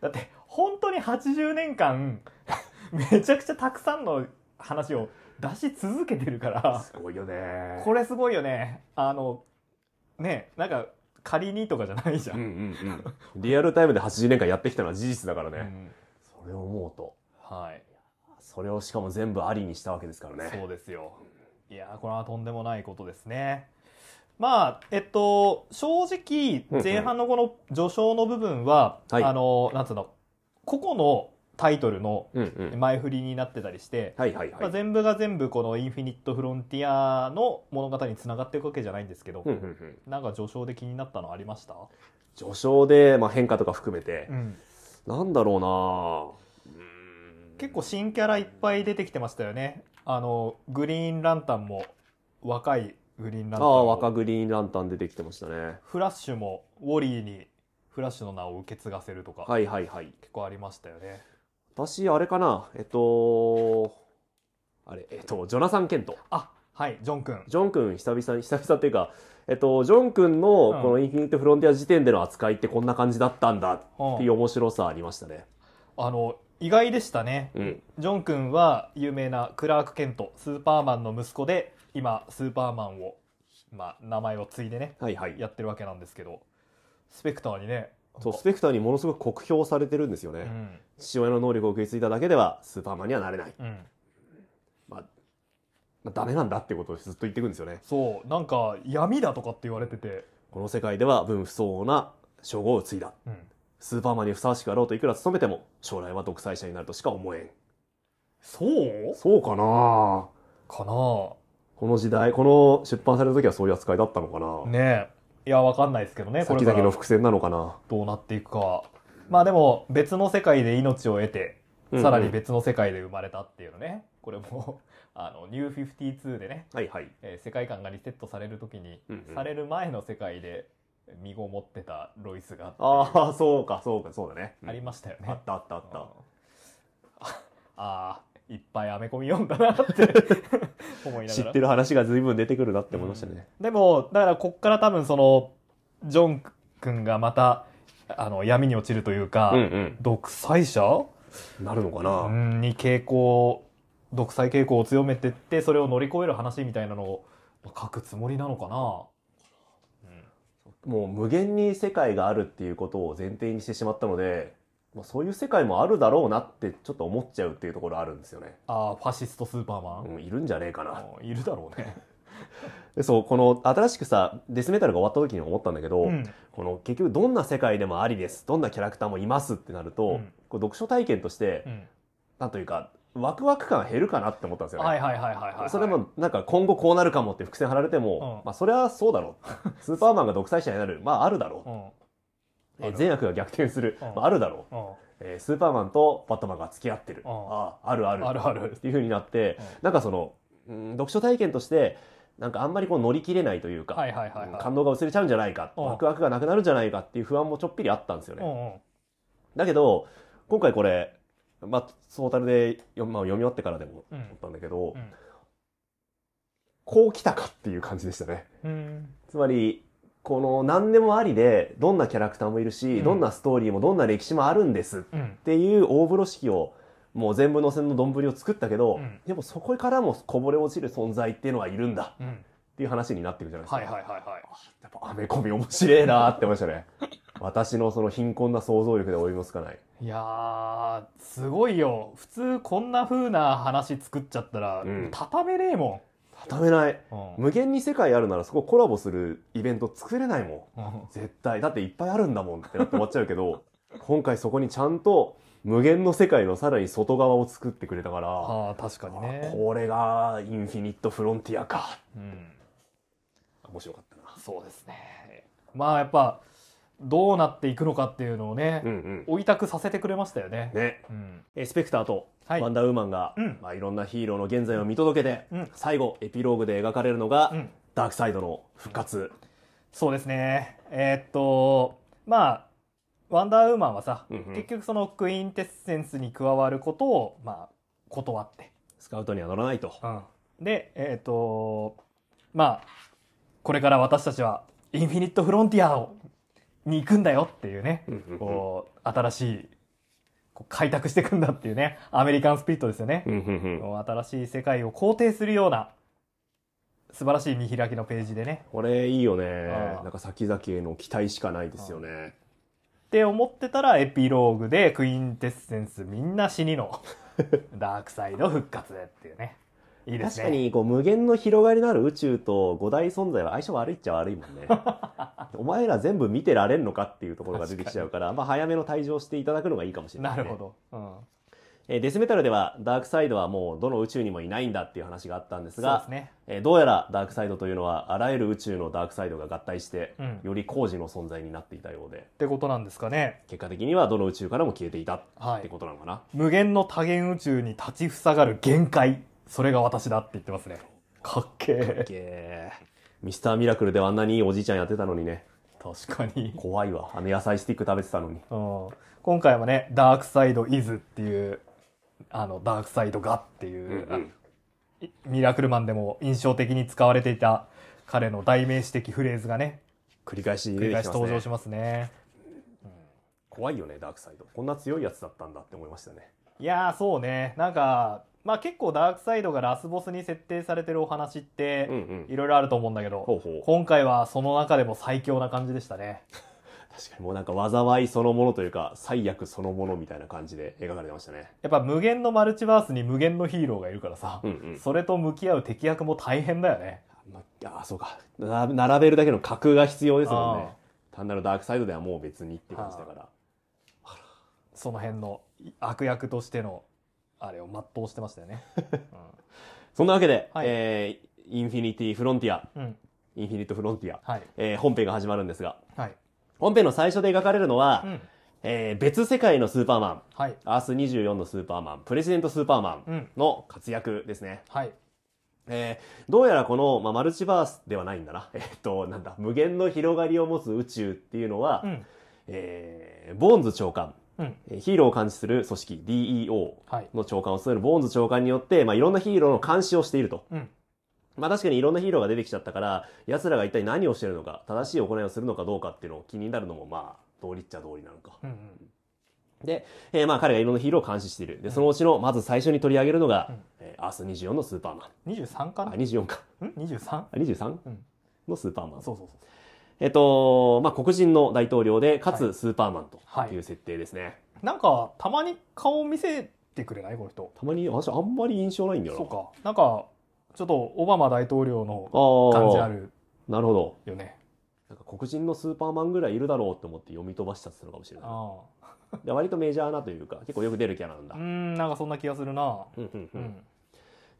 S1: だって本当に80年間、 めちゃくちゃたくさんの話を出し続けてるから、
S2: すごいよね。
S1: これすごいよね。あの、ねなんか仮にとかじゃないじゃ、
S2: うんんうんうん。リアルタイムで80年間やってきたのは事実だから
S1: う
S2: ね。
S1: ん
S2: それを思うと。
S1: はい
S2: それをしかも全部ありにしたわけですからね。
S1: そうですよ。いやーこれはとんでもないことですね。まあえっと正直
S2: うんうん
S1: 前半のこの序章の部分は、
S2: はい
S1: あのなんつうの個々のタイトルの
S2: うんうん。
S1: 前振りになってたりして、
S2: はいはいはい。
S1: まあ、全部が全部この「インフィニット・フロンティア」の物語につながっていくわけじゃないんですけど、
S2: うんうんうん。
S1: なんか序章で気になったのありました、
S2: 序章で、まあ、変化とか含めて、
S1: ん、
S2: なんだろうなぁ
S1: 結構新キャラいっぱい出てきてましたよね。あのグリーンランタンも若いグリーンランタン
S2: ああ、
S1: も
S2: 若グリーンランタン出てきてましたね。
S1: フラッシュもウォリーにフラッシュの名を受け継がせるとか、
S2: はいはいはい。
S1: 結構ありましたよね。
S2: 私、あれかな、えっと、あれ、えっと、ジョナサン・ケント。
S1: あはいジョン君
S2: ジョン君、久々に、久々っていうか、えっと、ジョン君の
S1: うん
S2: このインフィニット・フロンティア時点での扱いってこんな感じだったんだっていう
S1: あ
S2: 面白さありましたね。
S1: の意外でしたね。
S2: うん。
S1: ジョン君は有名なクラーク・ケントスーパーマンの息子で今スーパーマンを、まあ、名前を継いでね
S2: はいはい。
S1: やってるわけなんですけどスペクターにね
S2: そう、スペクターにものすごく酷評されてるんですよね。
S1: うん
S2: 父親の能力を受け継いだだけではスーパーマンにはなれない。
S1: うん、
S2: まあ、まあ、ダメなんだってことをずっと言っていくんですよね。
S1: そうなんか闇だとかって言われてて、
S2: この世界では分不相応な称号を継いだ。
S1: うん
S2: スーパーマンにふさわしくあろうといくら努めても、将来は独裁者になるとしか思えん。
S1: そう
S2: そうかなこ
S1: かな
S2: の時代、この出版された時はそういう扱いだったのかな、
S1: ねえいやわかんないですけどねこ
S2: 先
S1: れから
S2: 々の伏線なのかな
S1: どうなっていくかまあでも別の世界で命を得てさらに別の世界で生まれたっていうのね、これも あのニュー52でね、
S2: はいはい。
S1: えー世界観がリセットされる時に、
S2: うんうん
S1: される前の世界で身ごもってたロイスが
S2: ああ、 そうか、そうか、そうだね。
S1: ありましたよね、
S2: あったあったあっ
S1: うん
S2: た。
S1: あーいっぱいアメコミ読んだ なって思いな
S2: 知
S1: がら
S2: ってる話が随分出てくるなって思いましたね。
S1: でもだからこっから多分そのジョン君がまたあの闇に落ちるというか、
S2: うん
S1: 独裁者
S2: うん。なるのか
S1: う
S2: な、
S1: んに傾向独裁傾向を強めてってそれを乗り越える話みたいなのを書くつもりなのかな、
S2: もう無限に世界があるっていうことを前提にしてしまったので、まあ、そういう世界もあるだろうなってちょっと思っちゃうっていうところあるんですよね。
S1: ああファシストスーパーマン、
S2: うん、いるんじゃねえかな。
S1: うんいるだろうね、
S2: でそう、この新しくさ、デスメタルが終わった時に思ったんだけど、
S1: うん
S2: この結局どんな世界でもありです、どんなキャラクターもいますってなると、
S1: うん
S2: こう読書体験として、
S1: うん
S2: なんというか、ワクワク感減るかなって思ったんですよね。
S1: はいはいはいはいはい
S2: それもなんか今後こうなるかもって伏線張られても、
S1: うん
S2: まあそれはそうだろ う。スーパーマンが独裁者になる、まああるだ
S1: う
S2: ろ
S1: ん
S2: う。え
S1: ある
S2: ー善悪が逆転する、
S1: うん
S2: まああるだろう。
S1: うん
S2: えースーパーマンとバットマンが付き合ってる。
S1: うん
S2: ああ、あるある。
S1: あるある
S2: っていう風になって、
S1: うん
S2: なんかその、うん読書体験として、なんかあんまりこう乗り切れないというか、
S1: はいはいはいはい
S2: 感動が薄れちゃうんじゃないか、
S1: うん
S2: ワクワクがなくなるんじゃないかっていう不安もちょっぴりあったんですよ
S1: う
S2: ね。
S1: んうん
S2: だけど、今回これ、まあ、ソータルで読,、まあ、読み終わってからでも
S1: うん
S2: 思ったんだけど、
S1: うん
S2: こう来たかっていう感じでしたね。
S1: うん
S2: つまり、この何でもありで、どんなキャラクターもいるし、
S1: うん
S2: どんなストーリーもどんな歴史もあるんですっ
S1: うん
S2: ていう大風呂敷を、もう全部のせの丼を作ったけど、
S1: うん
S2: でもそこからもこぼれ落ちる存在っていうのはいるんだ
S1: うん
S2: っていう話になってくるじゃないですか。
S1: はいはいはいはい
S2: やっぱアメコミ面白えなーって思いましたね。私のその貧困な想像力で追いもつかない。
S1: いやーすごいよ普通こんな風な話作っちゃったら、
S2: うん
S1: 畳めねえも
S2: 畳めない。
S1: ん、うん
S2: 無限に世界あるならそこコラボするイベント作れないもん。
S1: うん
S2: 絶対。だっていっぱいあるんだもんってなって終わっちゃう けど、今回そこにちゃんと無限の世界のさらに外側を作ってくれたから、
S1: ああ確かに
S2: あ
S1: ね、
S2: これがインフィニットフロンティアか。
S1: うん、
S2: 面白かったな。
S1: そうですねまあやっぱどうなっていくのかっていうのをね、
S2: うん
S1: 追い託させてくれましたよね
S2: うん。ね。
S1: うん
S2: えスペクターと
S1: はい
S2: ワンダーウーマンが、
S1: うん
S2: まあ、いろんなヒーローの現在を見届けて、
S1: うん
S2: 最後エピローグで描かれるのが、
S1: うん
S2: ダークサイドの復活。
S1: そうですねえーっとまあワンダーウーマンはさ、
S2: うんうん
S1: 結局そのクイーンテッセンスに加わることをまあ断って、
S2: スカウトには乗らないと。
S1: でえーっとまあこれから私たちはインフィニット・フロンティアをに行くんだよっていうね、こう新しいこう開拓していくんだっていうねアメリカンスピリットですよね、
S2: うんうんうん
S1: 新しい世界を肯定するような素晴らしい見開きのページでね。
S2: これいいよね
S1: ああ
S2: なんか先々への期待しかないですよね
S1: って思ってたらエピローグでクインテッセンスみんな死に のダークサイド復活っていうね。いいです
S2: 確
S1: ね。
S2: かにこう無限の広がりのある宇宙と五大存在は相性悪いっちゃ悪いもん ねお前ら全部見てられんのかっていうところが出てきちゃうからまあ、早めの退場していただくのがいいかもしれない、
S1: な
S2: ね、
S1: るほど。うん。
S2: えーデスメタルではダークサイドはもうどの宇宙にもいないんだっていう話があったんで
S1: そ
S2: す
S1: うで
S2: が
S1: すね。
S2: えーどうやらダークサイドというのはあらゆる宇宙のダークサイドが合体して、
S1: うん
S2: より工事の存在になっていたようで
S1: ってことなんですかね。
S2: 結果的にはどの宇宙からも消えていた
S1: は
S2: って
S1: い。
S2: ことなのかな、
S1: 無限の多元宇宙に立ちふさがる限界。それが私だって言ってますね。かっけえ。
S2: けーミスターミラクルではあんなにいいおじいちゃんやってたのにね
S1: 確かに。
S2: 怖いわあの野菜スティック食べてたのに
S1: うん、今回もね「ダークサイド・イズ」っていうあのダークサイドがっていう、
S2: うんうん
S1: あいミラクルマンでも印象的に使われていた彼の代名詞的フレーズがね
S2: 繰り返し
S1: 繰
S2: 出
S1: り返
S2: てき
S1: し
S2: ます
S1: 登場
S2: ね
S1: しますね
S2: 怖いよねダークサイドこんな強いやつだったんだって思いましたね
S1: いやーそうねなんかまあ結構ダークサイドがラスボスに設定されてるお話って
S2: うんうん
S1: いろいろあると思うんだけど、
S2: ほうほう
S1: 今回はその中でも最強な感じでしたね
S2: 確かにもうなんか災いそのものというか最悪そのものみたいな感じで描かれてましたね
S1: やっぱ無限のマルチバースに無限のヒーローがいるからさ、
S2: うんうん
S1: それと向き合う敵役も大変だよね
S2: まああそうかな並べるだけの架空が必要ですもんね
S1: あ
S2: 単なるダークサイドではもう別にって感じだから
S1: その辺の悪役としてのあれを全うしてましたよね。
S2: そんなわけで、
S1: はい
S2: えーインフィニティフロンティア
S1: うん、うん、
S2: インフィニットフロンティア、
S1: はい
S2: えー本編が始まるんですが
S1: はい、
S2: 本編の最初で描かれるのは、
S1: うん、
S2: えー別世界のスーパーマン
S1: はい、
S2: アース24のスーパーマンプレジデントスーパーマ
S1: う
S2: ン
S1: ん、
S2: の活躍ですね、
S1: はい、
S2: えーどうやらこの、まあ、マルチバースではないんだな。 えーっと、なんだ、無限の広がりを持つ宇宙っていうのは、
S1: うん、
S2: えーボーンズ長官、
S1: うん、
S2: えーヒーローを監視する組織 DEO
S1: はい、
S2: の長官を務めるボーンズ長官によって、まあ、いろんなヒーローの監視をしていると。
S1: うん、
S2: まあ確かにいろんなヒーローが出てきちゃったから、奴らが一体何をしてるのか、正しい行いをするのかどうかっていうのを気になるのも、まあ、道理っちゃ道理なのか。
S1: うん、うん、
S2: で、えーまあ彼がいろんなヒーローを監視している。で、そのうちの、まず最初に取り上げるのが、
S1: うん
S2: えーアース24のスーパーマン。
S1: 二十三か
S2: あ、
S1: な？
S2: 24か。
S1: うん、二十三？
S2: あ 23?
S1: うん
S2: のスーパーマン。
S1: そうそうそう。
S2: えっと、まあ黒人の大統領で、かつスーパーマン
S1: はい
S2: という設定ですね。
S1: なんかたまに顔見せてくれないこの人。
S2: たまに、私あんまり印象ないんだよな。
S1: そうか。なんかちょっとオバマ大統領の
S2: ああ。
S1: 感じある
S2: なるほど。
S1: よね。
S2: なんか黒人のスーパーマンぐらいいるだろうと思って読み飛ばしちゃってたのかもしれない。
S1: ああ、
S2: で割とメジャーなというか、結構よく出るキャラなんだ
S1: うー。ん、なんかそんな気がするな。
S2: うんうん
S1: う
S2: うん
S1: ん、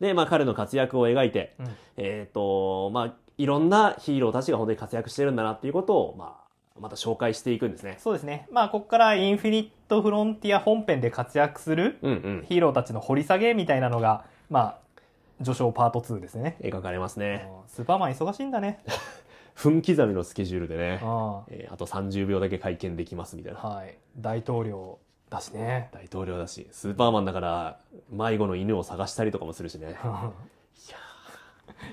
S2: で、まあ彼の活躍を描いて、
S1: うん
S2: えっ、と、まあいろんなヒーローたちが本当に活躍してるんだなっていうことを、まあ、また紹介していくんですね。
S1: そうですね。まあここからインフィニットフロンティア本編で活躍する。
S2: うんうん。
S1: ヒーローたちの掘り下げみたいなのが、まあ、序章パート2ですね。
S2: 描かれますね。
S1: うんスーパーマン忙しいんだね。
S2: 分刻みのスケジュールでね
S1: う、ん
S2: えーあと30秒だけ会見できますみたいな。
S1: はい。大統領だしね。
S2: 大統領だし、スーパーマンだから、迷子の犬を探したりとかもするし ね。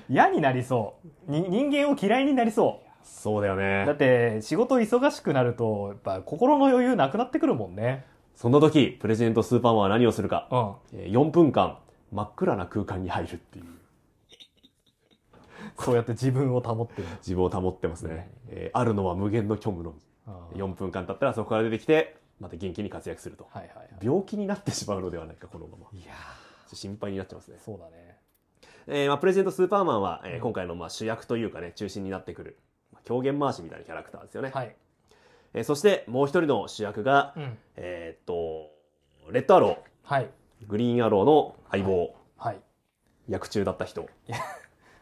S1: 嫌になりそう。に人間を嫌いになりそ
S2: そうだよ
S1: う。だっ
S2: ね。
S1: て、仕事忙しくなると、やっぱ心の余裕なくなってくるもんね。
S2: そんな時、プレゼントスーパーマンは何をするか。
S1: うん。
S2: えー4分間、真っ暗な空間に入るっていう。
S1: そうやって自分を保ってる。
S2: 自分を保ってますね。えーあるのは無限の虚無のみ。
S1: うん
S2: 4分間経ったらそこから出てきて、また元気に活躍すると。
S1: はいはい
S2: 病気になってしまうのではないか、このまま。
S1: はい。いや
S2: 心配になっちゃいますね
S1: ー。そうだね。
S2: えーまあ、プレゼントスーパーマンは、えー
S1: うん
S2: 今回のまあ主役というかね、中心になってくる、まあ狂言回しみたいなキャラクターですよね。
S1: はい。
S2: えーそして、もう一人の主役が、
S1: うん。
S2: えーっと、レッドアロ
S1: はい。
S2: ー、グリーンアローの相棒、
S1: はい。
S2: 役中だった人。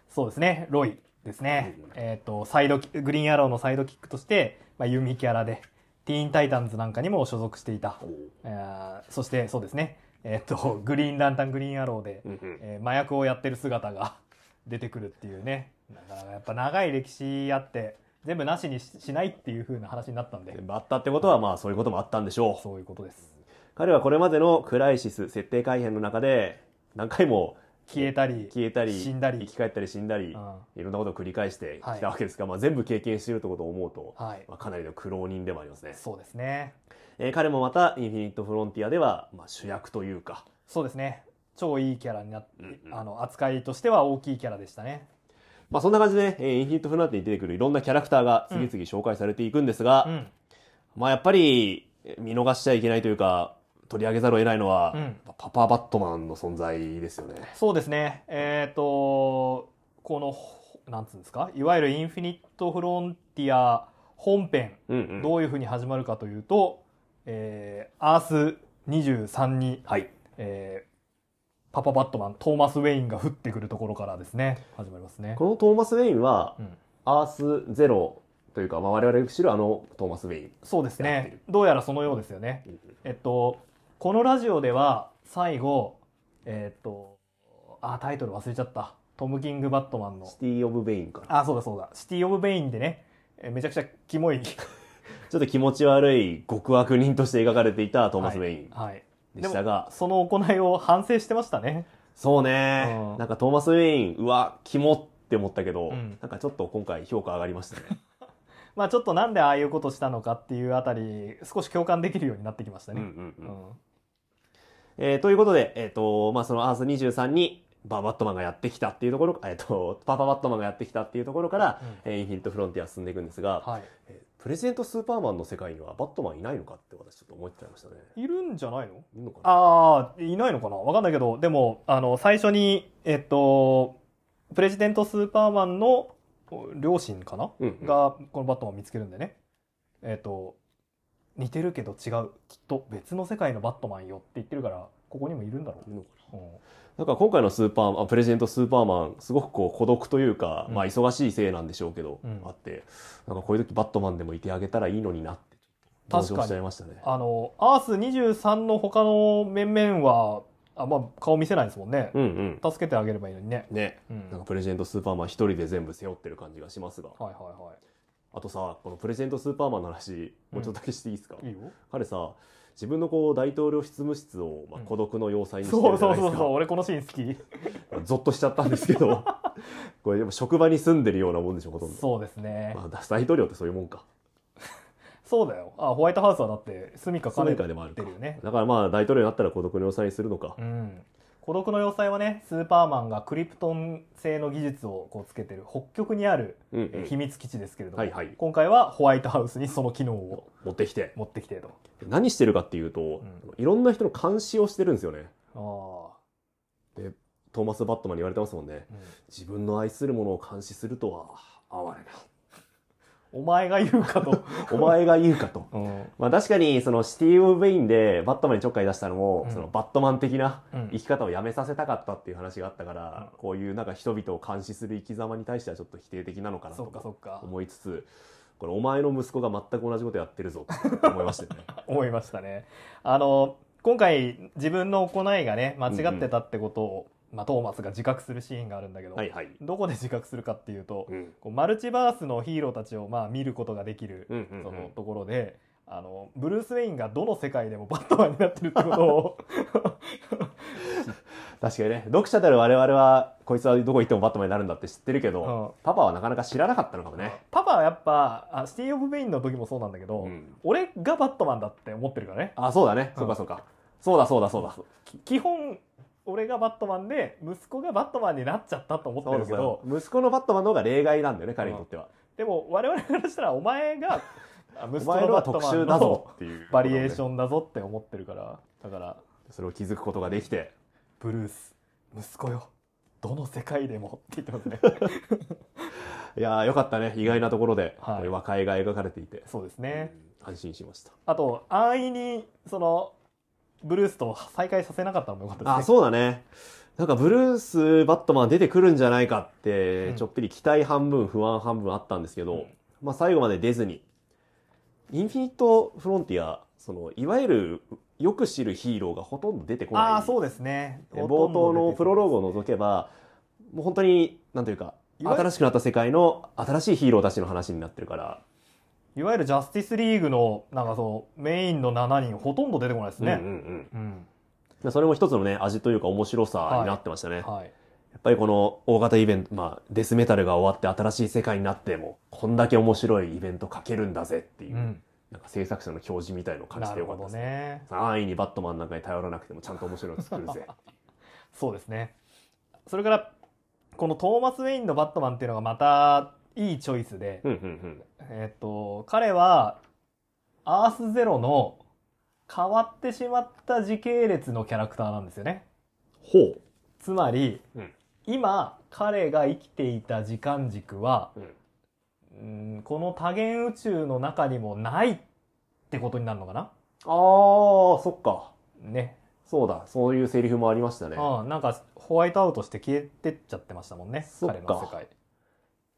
S1: そうですね、ロイですね
S2: うん。
S1: えっ、と、サイドキ、グリーンアローのサイドキックとして、まあ、弓キャラで、ティーンタイタンズなんかにも所属していた。えーそして、そうですね、えっ、と、グリーンランタングリーンアローで、
S2: うんうん
S1: えー麻薬をやってる姿が 出てくるっていうね。なかなかやっぱ長い歴史あって、全部なしにししないっていう風な話になったんで
S2: 全、部あったってことは、まあそういうこともあったんでしょう。
S1: そういうことです。
S2: 彼はこれまでのクライシス設定改変の中で何回も
S1: 消えたり、
S2: 消えたり
S1: 死んだ
S2: 生
S1: り
S2: き。返ったり死んだり、
S1: うん
S2: いろんなことを繰り返して
S1: はい
S2: きたわけですが、まあ、全部経験しているということを思うと、
S1: はい。
S2: まあ、かなりの苦労人でもありますね、
S1: そうですね。
S2: えー彼もまたインフィニット・フロンティアでは、まあ、主役というか
S1: そうですね。超いいキャラになって、
S2: うんうん
S1: あの、扱いとしては大きいキャラでしたね。
S2: まあそんな感じでね、えーインフィニットフナーテに出てくるいろんなキャラクターが次々紹介されていくんですが、
S1: うん。
S2: まあやっぱりえー見逃しちゃいけないというか、取り上げざるを得ないのは、
S1: うん
S2: パパバットマンの存在ですよね。
S1: そうですね。えっ、と、この、ほなんつうんですか、いわゆるインフィニットフロンティア本編、
S2: うんうん
S1: どういうふうに始まるかというと、えーアース23に、
S2: はい。
S1: えーパパバットマン、トーマス・ウェインが降ってくるところからですね、始まりますね。
S2: このトーマス・ウェインは、
S1: うん
S2: アースゼロというか、まあ、我々がよく知るあのトーマス・ウェイン。
S1: そうです
S2: やって
S1: ね
S2: る。
S1: どうやらそのようですよね。えっと、このラジオでは最後、えっと、あ、タイトル忘れちゃった。トム・キング・バットマンの。
S2: シティ・オブ・ベインから。
S1: あ、そうだそうだ。シティ・オブ・ベインでね、えめちゃくちゃキモい。
S2: ちょっと気持ち悪い極悪人として描かれていたトーマス・ウェイン
S1: はい。
S2: でしたが、
S1: その行いを反省してましたね。
S2: そうね、
S1: うん
S2: なんかトーマス・ウェイン、うわ、キモって思ったけど、
S1: うん
S2: なんかちょっと今回評価上がりましたね。
S1: まあちょっとなんでああいうことしたのかっていうあたり、少し共感できるようになってきました
S2: うんう
S1: ね。
S2: ん
S1: う。
S2: うんんえーということで、えっ、と、まあ、そのアース23に、ババットマンがやってきたっていうところ、えっ、と、パパバットマンがやってきたっていうところから、えーインフィニットフロンティア進んでいくんですが、
S1: はい。
S2: えープレゼントスーパーマンの世界にはバットマンいないのかって私ちょっと思っちゃいましたね。
S1: いるんじゃないの
S2: いるのかな
S1: ああ、いないのかなわかんないけど、でも、あの、最初に、えっと、プレジデントスーパーマンの両親かな
S2: うんうん
S1: が、このバットマンを見つけるんでね。えっと、似てるけど違う。きっと別の世界のバットマンよって言ってるから、ここにもいるんだろ
S2: いるのか
S1: う。
S2: ななんか今回のスーパーマン、あプレゼントスーパーマン、すごくこう孤独というか、
S1: うん
S2: まあ忙しいせいなんでしょうけど、
S1: うん
S2: あって、なんかこういう時バットマンでもいてあげたらいいのになって、ちょっと同情しちゃいましたね。
S1: あの、アース23の他の面々は、あまあ、顔見せないですもんね。
S2: うんうん。
S1: 助けてあげればいいのにね。
S2: ね。
S1: うん。
S2: なん
S1: は
S2: かプレゼントスーパーマン一人で全部背負ってる感じがしますが。
S1: いはいは
S2: あとさ、このプレゼントスーパーマンの話、もうちょっとだけしていいですか、
S1: い。いいよ。
S2: 彼さ、自分のこう大統領執務室を、まあ、
S1: うん
S2: 孤独の要塞にして
S1: そ
S2: る
S1: う
S2: じ
S1: そう
S2: ゃないです
S1: そう
S2: か。
S1: そう、俺このシーン好き。
S2: ゾッとしちゃったんですけど、 これでも職場に住んでるようなもんでしょ、ほとんど。
S1: そうですね。
S2: まあ、大統領ってそういうもんか。
S1: そうだよ。あ、ホワイトハウスはだって、住処兼
S2: その
S1: ね
S2: 以下でもある
S1: て
S2: か
S1: るよね。
S2: だからまあ、大統領になったら孤独の要塞にするのか
S1: う。ん。孤独の要塞はね、スーパーマンがクリプトン製の技術をこうつけてる北極にある
S2: うん、う
S1: えー
S2: ん
S1: 秘。密基地ですけれども、
S2: はいはい
S1: 今回はホワイトハウスにその機能を
S2: 持ってきて。
S1: 持ってきてと。
S2: 何してるかっていうと、いろんな人の監視をしてるんですよね。
S1: あ
S2: トーマス・バットマンに言われてますもんね。
S1: あ、
S2: 自分の愛するものを監視するとは、哀
S1: う
S2: れ
S1: んお前が言うかと。
S2: な。お前が 言うかと。
S1: うん
S2: まあ確かに、そのシティ・オブ・ベインでバットマンにちょっかい出したのも、
S1: うん
S2: そのバットマン的な
S1: うん
S2: 生き方をやめさせたかったっていう話があったから、
S1: う
S2: こういうなんか人々を監視する生き様に対してはちょっと否定的なのかな
S1: そっかそ
S2: と
S1: っか。
S2: 思いつつ、これお前の息子が全く同じことやってるぞって思いましたよね。
S1: 思いましたね。あの、今回自分の行いがね、間違ってたってことを、まあトーマスが自覚するシーンがあるんだけど、
S2: はいはい。
S1: どこで自覚するかっていうと、
S2: うん。
S1: こうマルチバースのヒーローたちをまあ見ることができる、
S2: うんうんうん
S1: そのところであのブルース・ウェインがどの世界でもバットマンになってるってこと を
S2: 確かにね、読者である我々は、こいつはどこ行ってもバットマンになるんだって知ってるけど、
S1: うん
S2: パパはなかなか知らなかったのかもね。
S1: パパはやっぱあシティ・オブ・ベインの時もそうなんだけど、
S2: うん
S1: 俺がバットマンだって思ってるからね
S2: あ、そうだね。そうかそうか。そうだそうだそうだ。
S1: 基本俺がバットマンで息子がバットマンになっちゃったと思って
S2: そう
S1: る
S2: だ
S1: けど
S2: そうだ。息子のバットマンの方が例外なんだよね、彼にとっては。
S1: でも我々からしたらお前があ
S2: お
S1: 息子
S2: 前
S1: の
S2: のは
S1: バッ
S2: 特
S1: トマ
S2: 殊
S1: ン
S2: だ
S1: の
S2: ぞっていう。
S1: バリエーシ
S2: ン。
S1: ョンだぞって思ってるからだから
S2: それを気づくことができて。
S1: ブルース息子よどの世界でもって言ってますね
S2: いやーよかったね。意外なところで、
S1: はい
S2: これ和解が描かれていて。
S1: そうですね、
S2: うん安心しました。
S1: あと安易にそのブルースと再会させなかったのもよかったですね
S2: あ、そうだね。なんかブルース・バットマン出てくるんじゃないかっ
S1: う
S2: て、
S1: ん
S2: ちょっぴり期待半分、不安半分あったんですけど、
S1: うん
S2: まあ最後まで出ずに。インフィニット・フロンティア、その、いわゆる、よく知るヒーローがほとんど出てこない。
S1: ああそうですね
S2: え冒頭のプロローグを除けば、もう本当に、なんというか、
S1: いわゆる
S2: 新しくなった世界の新しいヒーローたちの話になってるから、
S1: いわゆるジャスティスリーグのなんかそのメインの7人ほとんど出てこないです
S2: うん
S1: ね、
S2: うん
S1: うん
S2: うんそれも一つのね、味というか面白さになってましたね。
S1: はい
S2: やっぱりこの大型イベント、まあ、デスメタルが終わって新しい世界になっても、こんだけ面白いイベントかけるんだぜっていう、
S1: うん、
S2: なんか制作者の教示みたいのを感じ
S1: な
S2: て
S1: る
S2: よか
S1: ほ
S2: った
S1: ど
S2: ですね。
S1: ね
S2: 安易にバットマンなんかに頼らなくてもちゃんと面白いの作るぜ。
S1: そうですねそれからこのトーマス・ウェインのバットマンっていうのがまたいいチョイスで、
S2: うんうん
S1: えっと、彼は、アースゼロの変わってしまった時系列のキャラクターなんですよね。
S2: ほう。
S1: つまり、
S2: うん
S1: 今、彼が生きていた時間軸は、
S2: うん
S1: うんこの多元宇宙の中にもないってことになるのかな
S2: あー、そっか。
S1: ね。
S2: そうだ。そういうセリフもありましたね。
S1: うん、なんか、ホワイトアウトして消えてっちゃってましたもんね。
S2: そっか
S1: 彼の世界。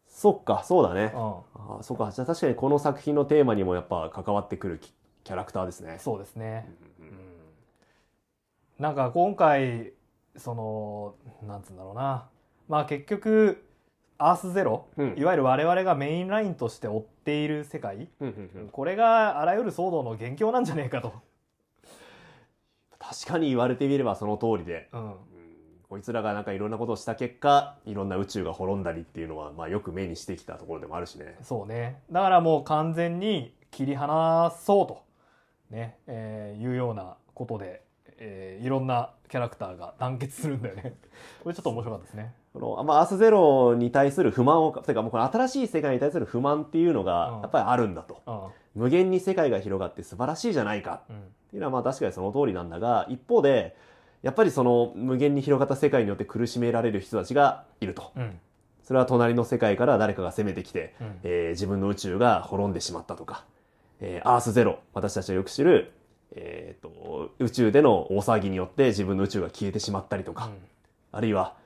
S2: そっか、そうだ
S1: う
S2: ね。あーそっか。じゃあ確かにこの作品のテーマにもやっぱ関わってくるキキャラクターですね
S1: ん、。そうですね。
S2: うんうんう
S1: なんか今回そのなんつうんだろうなまあ結局アースゼロ、
S2: うん
S1: いわゆる我々がメインラインとして追っている世界、
S2: んうんうん
S1: これがあらゆる騒動の元凶なんじゃねえかと、
S2: 確かに言われてみればその通りで。
S1: うん、
S2: うんこいつらがなんかいろんなことをした結果、いろんな宇宙が滅んだりっていうのは、まあよく目にしてきたところでもあるしね。
S1: そうねだからもう完全に切り離そうと、ねえーいうようなことで、えーいろんなキャラクターが団結するんだよね これちょっと面白かったですね
S2: この、まあ、アースゼロに対する不満を、というかもうこの新しい世界に対する不満っていうの
S1: う
S2: が
S1: ん、
S2: やっぱりあるんだと。
S1: うん
S2: 無限に世界が広がって素晴らしいじゃないか
S1: うん
S2: っていうのはまあ確かにその通りなんだが、一方で、やっぱりその無限に広がった世界によって苦しめられる人たちがいると。
S1: うん
S2: それは隣の世界から誰かが攻めてきて、
S1: うん
S2: えー自分の宇宙が滅んでしまったとか、えーアースゼロ、私たちがよく知る、えーと、宇宙での大騒ぎによって自分の宇宙が消えてしまったりとか、あるいは、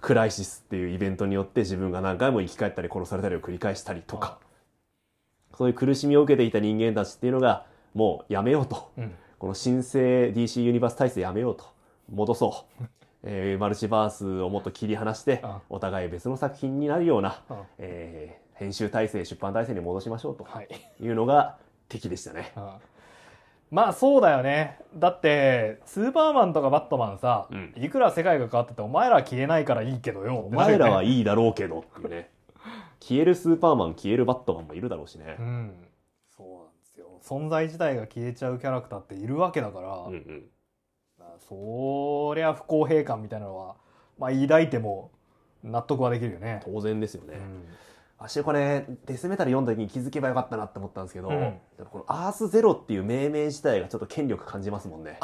S2: クライシスっていうイベントによって自分が何回も生き返ったり殺されたりを繰り返したりとか、そういう苦しみを受けていた人間たちっていうのが、もうやめようと。
S1: うんうん
S2: この新生 DC ユニバース体制やめようと。戻そう。えーマルチバースをもっと切り離して
S1: あ、
S2: お互い別の作品になるような、
S1: うん
S2: えー編集体制、出版体制に戻しましょうと
S1: はい
S2: いうのが敵でしたね。
S1: うんまあそうだよねだってスーパーマンとかバットマンさ、
S2: うん
S1: いくら世界が変わっててお前らは消えないからいいけどよ、
S2: お前らはいいいだろうけどっていうね。消えるスーパーマン、消えるバットマンもいるだろうしね
S1: う。ん、そうなんですよ存在自体が消えちゃうキャラクターっているわけだから、
S2: うんうん。
S1: まあそりゃ不公平感みたいなのは、まあ、抱いても納得はできるよね。
S2: 当然ですよ
S1: う
S2: ね。
S1: ん
S2: あしこれ、デスメタル読んだ時に気づけばよかったなって思ったんですけど、
S1: うん
S2: やっぱこのアースゼロっていう命名自体がちょっと権力感じますもんね。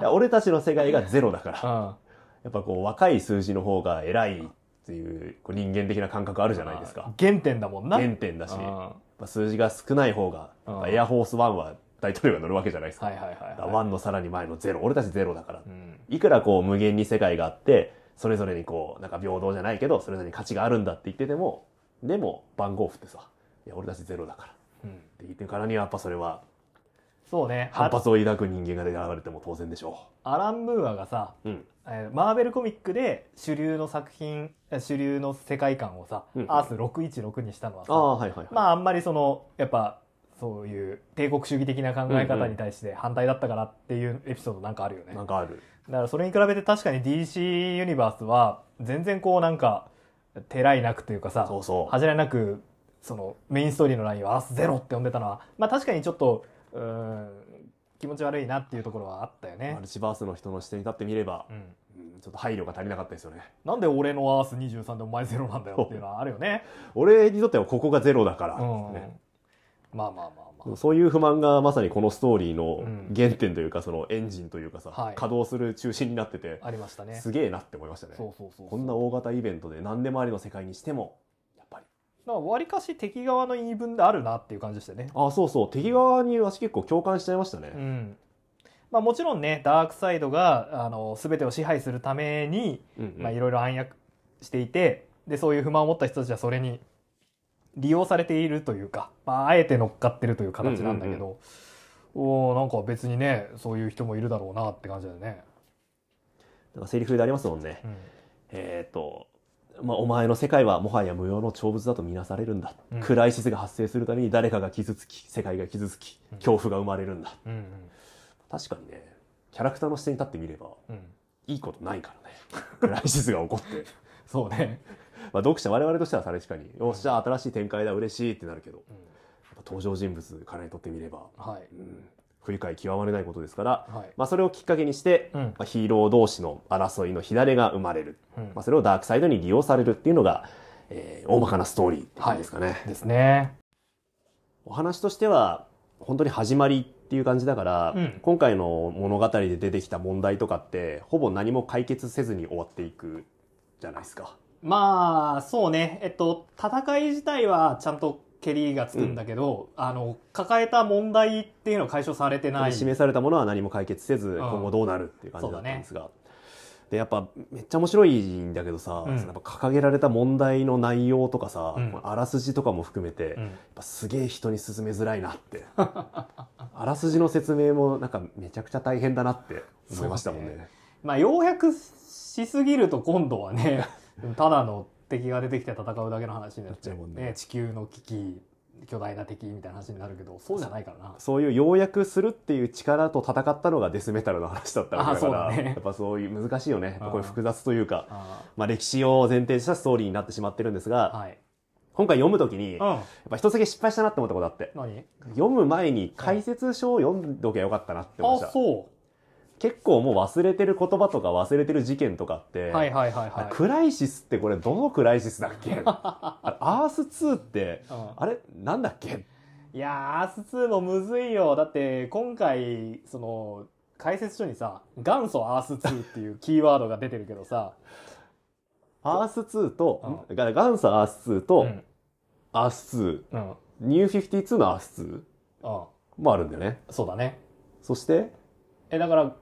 S2: いや俺たちの世界がゼロだから、や
S1: うん
S2: っぱこう若い数字の方が偉いっていうこう人間的な感覚あるじゃないですか。
S1: 原点だもんな。
S2: 原点だし、
S1: うん
S2: やっ
S1: は
S2: ぱ数字が少ない方が、
S1: うん
S2: やっぱエアフォースワンは大統領が乗るわけじゃないです
S1: い
S2: か。
S1: はいはい、
S2: だから
S1: は
S2: ワンのさらに前のゼロ、俺たちゼロだから
S1: い。うん
S2: いくらこう無限に世界があって、それぞれにこう、なんか平等じゃないけど、それぞれに価値があるんだって言ってても、でも番号符ってさ、いや、俺たちゼロだからって
S1: うん
S2: 言ってるからには、やっぱそれは
S1: そうね。
S2: 反発を抱く人間が現れても当然でしょ
S1: アラン・ムーアがさ、
S2: う。うん。
S1: えーマーベルコミックで主流の作品えー主流の世界観をさ、
S2: うんうん
S1: アース616にしたのは
S2: あ
S1: さ
S2: あ、はいはいはい。
S1: まああんまりそのやっぱそういう帝国主義的な考え方に対して反対だったからっていうエピソードなんかあるよね、
S2: なんかある。
S1: だからそれに比べて確かに DC ユニバースは全然こうなんかてらいなくというかさ
S2: そうそう。
S1: 恥じらいなくそのメインストーリーのラインを「アースゼロ」って呼んでたのはまあ確かにちょっとうーん気持ち悪いなっていうところはあったよね
S2: マル、チバースの人の視点に立ってみれば
S1: う、ん
S2: うんちょっと配慮が足りなかったですよね。
S1: なんで俺のアース23でお前ゼロなんだよっていうのはあるよね。
S2: 俺にとってはここがゼロだから
S1: う
S2: です
S1: ん
S2: ね。
S1: まあまあまあま
S2: そういう不満がまさにこのストーリーの
S1: うん
S2: 原点というか、そのエンジンというかさ、
S1: はい
S2: 稼働する中心になってて、
S1: あ。ありましたね。
S2: すげえなって思いましたね。
S1: そうそうそう。
S2: こんな大型イベントで何でもありの世界にしても、やっぱり。
S1: なんか割かし敵側の言い分であるなっていう感じでしたね。
S2: あ、そうそう。敵側に私結構共感しちゃいました
S1: う
S2: ね。
S1: ん。まあもちろんね、ダークサイドが、あの、すべてを支配するために、
S2: うんうん
S1: まあいろいろ暗躍していて、で、そういう不満を持った人たちはそれに利用されているというか、まああえて乗っかってるという形なんだけど、おーなんか別にね、そういう人もいるだろうなって感じだよね。
S2: なんかセリフでありますもんね。
S1: うん
S2: えっ、と、まあ、お前の世界はもはや無用の長物だと見なされるんだ、
S1: うん
S2: クライシスが発生するために誰かが傷つき、世界が傷つき、
S1: うん
S2: 恐怖が生まれるんだ。
S1: うん
S2: 確かにね、キャラクターの視点に立ってみれば、
S1: うんうん、
S2: いいことないからね。 クライシスが起こって。
S1: そうね、
S2: まあ、読者、我々としては確かに、よっしゃ、新しい展開だ、嬉しいってなるけど、やっぱ登場人物からにとってみれば、
S1: はい、
S2: うん繰り返り極まれないことですから、
S1: はい。
S2: まあ、それをきっかけにして、
S1: うん
S2: まあ、ヒーロー同士の争いの火種が生まれる、
S1: うん
S2: まあ、それをダークサイドに利用されるっていうのが、えー大まかなストーリーって感じですかね、
S1: ですね。
S2: お話としては本当に始まりっていう感じだから、
S1: うん
S2: 今回の物語で出てきた問題とかってほぼ何も解決せずに終わっていくじゃないですか。
S1: まあ、そうね。えっと、戦い自体はちゃんと蹴りがつくんだけど、あの、抱えた問題っていうのは解消されてない。
S2: 示されたものは何も解決せず、今後どうなるっていう感じだったんですが、でやっぱめっちゃ面白いんだけどさ、
S1: うん
S2: そのやっぱ掲げられた問題の内容とかさ、
S1: うん
S2: このあらすじとかも含めて、
S1: う
S2: やっ
S1: ん
S2: ぱすげえ人に勧めづらいなって あらすじの説明もなんかめちゃくちゃ大変だなって思いましたもん
S1: そう
S2: ね。
S1: まあ、要約しすぎると今度はね、 ただの敵が出てきて戦うだけの話になっちゃうもん
S2: な
S1: ね。地球の危機、巨大な敵みたいな話になるけど、そうじゃないからな。
S2: そういう要約するっていう力と戦ったのがデスメタルの話だったわけだから
S1: あそうだね
S2: やっぱそういう難しいよね
S1: うん
S2: これ複雑というか、
S1: あ
S2: まあ、歴史を前提にしたストーリーになってしまってるんですが、
S1: ーはい。
S2: 今回読むときに
S1: う
S2: やっ
S1: ん。
S2: ぱ一つだけ失敗したなって思ったことあって
S1: 何
S2: 読む前に解説書を読んどきゃよかったなって思いま
S1: あ、
S2: した
S1: そ
S2: 結構もう忘れてる言葉とか忘れてる事件とかって、
S1: う。はいはいはいはい。
S2: クライシスってこれどのクライシスだっ けあれアース2って
S1: うん
S2: あれなんだっけ
S1: いやー、アース2もむずいよ。だって、今回、その、解説書にさ、元祖アース2って いうキーワードが出てるけどさ、
S2: アース2と、んが元祖アース2と、
S1: うん、
S2: アース2
S1: うん、うん、
S2: ニュー52のアース2もあるんだよね。
S1: そうだね。
S2: そして、
S1: え、だから、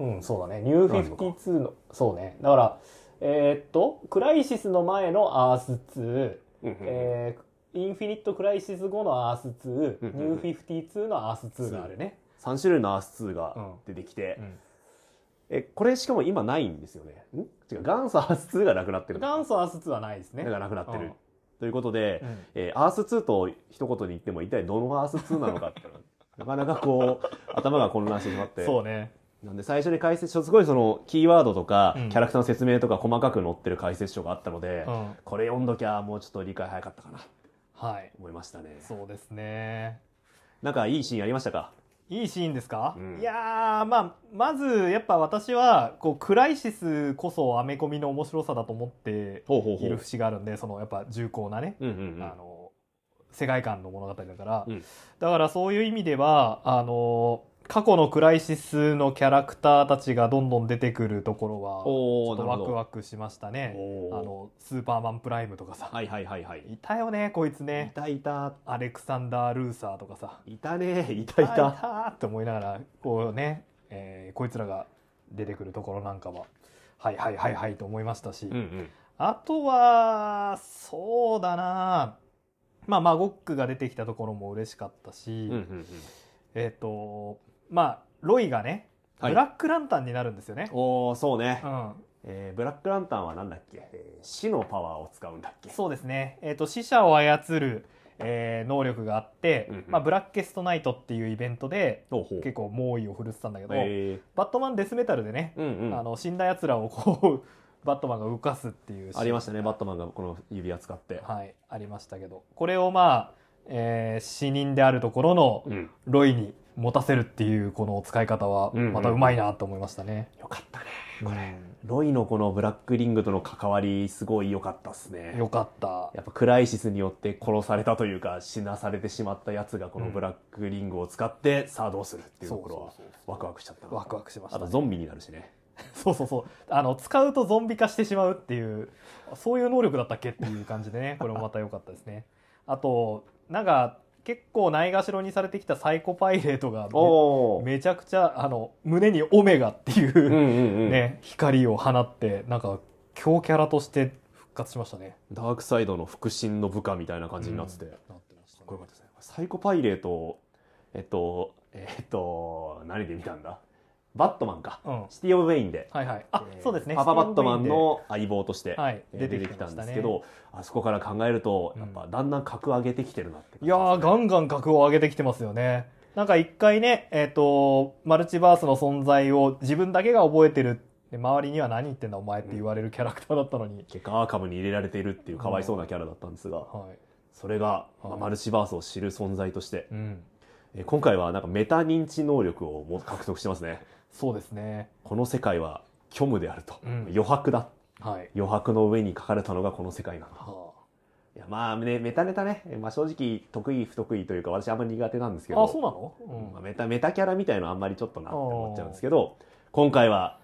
S1: うん、そうだね。ニュ
S2: なんの
S1: ー
S2: か
S1: 52の、そうね。だから、えーっと、クライシスの前のアース2、えー、インフィニットクライシス後のアース2、
S2: うんうんうん
S1: ニュー52のアース2があるね。
S2: 3種類のアース2が
S1: うん
S2: 出てきて、
S1: うん
S2: え、これしかも今ないんですよね。ん違う、元祖アース2がなくなってる。
S1: 元祖アース2はないですね。
S2: がなくなって
S1: う
S2: る
S1: ん。
S2: ということで、
S1: うん
S2: えーアース2と一言に言っても一体どのアース2なのかって いうのはなかなかこう、頭が混乱してしまって。
S1: そうね。
S2: なんで最初に解説書、すごいその、キーワードとか、
S1: うん
S2: キャラクターの説明とか細かく載ってる解説書があったので、
S1: うん。
S2: これ読んどきゃもうちょっと理解早かったかな、
S1: はい。
S2: 思いましたね。
S1: そうですね。
S2: なんかいいシーンありましたか
S1: いいシーンですか、
S2: うん
S1: いやー、まあ、まず、やっぱ私は、こう、クライシスこそアメコミの面白さだと思って
S2: ほうほう
S1: いる節があるんで、その、やっぱ重厚なね、
S2: うんうんうん
S1: あの、世界観の物語だから、
S2: うん
S1: だからそういう意味では、あの、過去のクライシスのキャラクターたちがどんどん出てくるところは、ち
S2: お
S1: ょ
S2: お
S1: っと
S2: な
S1: ワ
S2: るほ
S1: ク
S2: ど
S1: ワクしましたね。あ
S2: おー
S1: の、スーパーマンプライムとかさ、
S2: はいはいはいはい
S1: いたよね、こいつ
S2: い
S1: ね。
S2: たいた
S1: アレクサンダー・ルーサーとかさ。
S2: いたねいたい
S1: あ
S2: た
S1: ーって思いながらこうね、えーこいつらが出てくるところなんかははいはいはいはいと思いましたし、
S2: うん
S1: あとはそうだなまあマゴックが出てきたところも嬉しかったし、
S2: うんうんうん
S1: えっ、とまあロイがね
S2: はい
S1: ブラックランタンになるんですよね。
S2: おおそうね
S1: う、ん、
S2: えー、ブラックランタンはなんだっけ、えー、死のパワーを使うんだっけ
S1: そうですね、えー、と死者を操る、えー能力があって、
S2: うんうん
S1: まあ、ブラッケストナイトっていうイベントで
S2: ほうほう
S1: 結構猛威を振るってたんだけど、
S2: え
S1: バットマンデスメタルでね
S2: ー、うんうん
S1: あ
S2: あ
S1: の死んだ奴らをこう バットマンが動かすっていうシーン
S2: りましたねバットマンがこの指輪使って、
S1: はいありましたけどこれをまあ、えー死人であるところの
S2: うん
S1: ロイに持たせるっていうこの使い方は
S2: うんうん
S1: またうまいなと思いましたね、
S2: よかったね
S1: こ
S2: ロイのこのブラックリングとの関わりすごい良かったっすね
S1: よかった
S2: やっぱクライシスによって殺されたというか死なされてしまったやつがこのブラックリングを使って、さあどうするっていうところは
S1: そうそうそう
S2: ワクワクしちゃったな
S1: ワクワクしまし
S2: あ
S1: た、
S2: とゾンビになるしね
S1: そうそうそうあの使うとゾンビ化してしまうっていうそういう能力だったっけっていう感じで ねこれもまた良かったですねあとなんか結構ないがしろにされてきたサイコパイレートがめ
S2: お
S1: めちゃくちゃあの胸にオメガっていうう、
S2: んうんうん、
S1: ね、光を放ってなんか強キャラとして復活しましたね。
S2: ダークサイドの腹心の部下みたいな感じになってて、
S1: うん
S2: かっ
S1: なってましたね
S2: こよかったですねサイコパイレートえっとえっと何で見たんだバットマンか、
S1: うん
S2: シティ・オブ・ウェインで
S1: はいはい。あ、
S2: えー
S1: そうですね。
S2: パパバットマンの相棒として、
S1: はい
S2: えー
S1: 出
S2: 出
S1: てき
S2: て
S1: て
S2: きた
S1: ま
S2: ん
S1: したね
S2: ですけど、あそこから考えると
S1: うん
S2: やっぱだんだん格上げてきてるなって
S1: いやー、ガンガン格を上げてきてますよね。なんか一回ね、えっ、と、マルチバースの存在を自分だけが覚えてる。で周りには何言ってんだお前って言われるキャラクターだったのに。
S2: 結果アーカムに入れられているっていうかわいそうなキャラだったんですが、
S1: はい。
S2: それが、
S1: はい
S2: まあマルチバースを知る存在として
S1: うん。
S2: えー今回はなんかメタ認知能力をも獲得してますね。
S1: そうですね。
S2: この世界は虚無であると。
S1: うん
S2: 余白だ。
S1: はい。
S2: 余白の上に書かれたのがこの世界なの。
S1: はい
S2: やまあ、ね、メタネタね、まあ、正直得意不得意というか私あんまり苦手なんですけど
S1: あ、あ、そうなの、うん
S2: まあ、メタメタキャラみたいのあんまりちょっとなって思っちゃうんですけど今回は、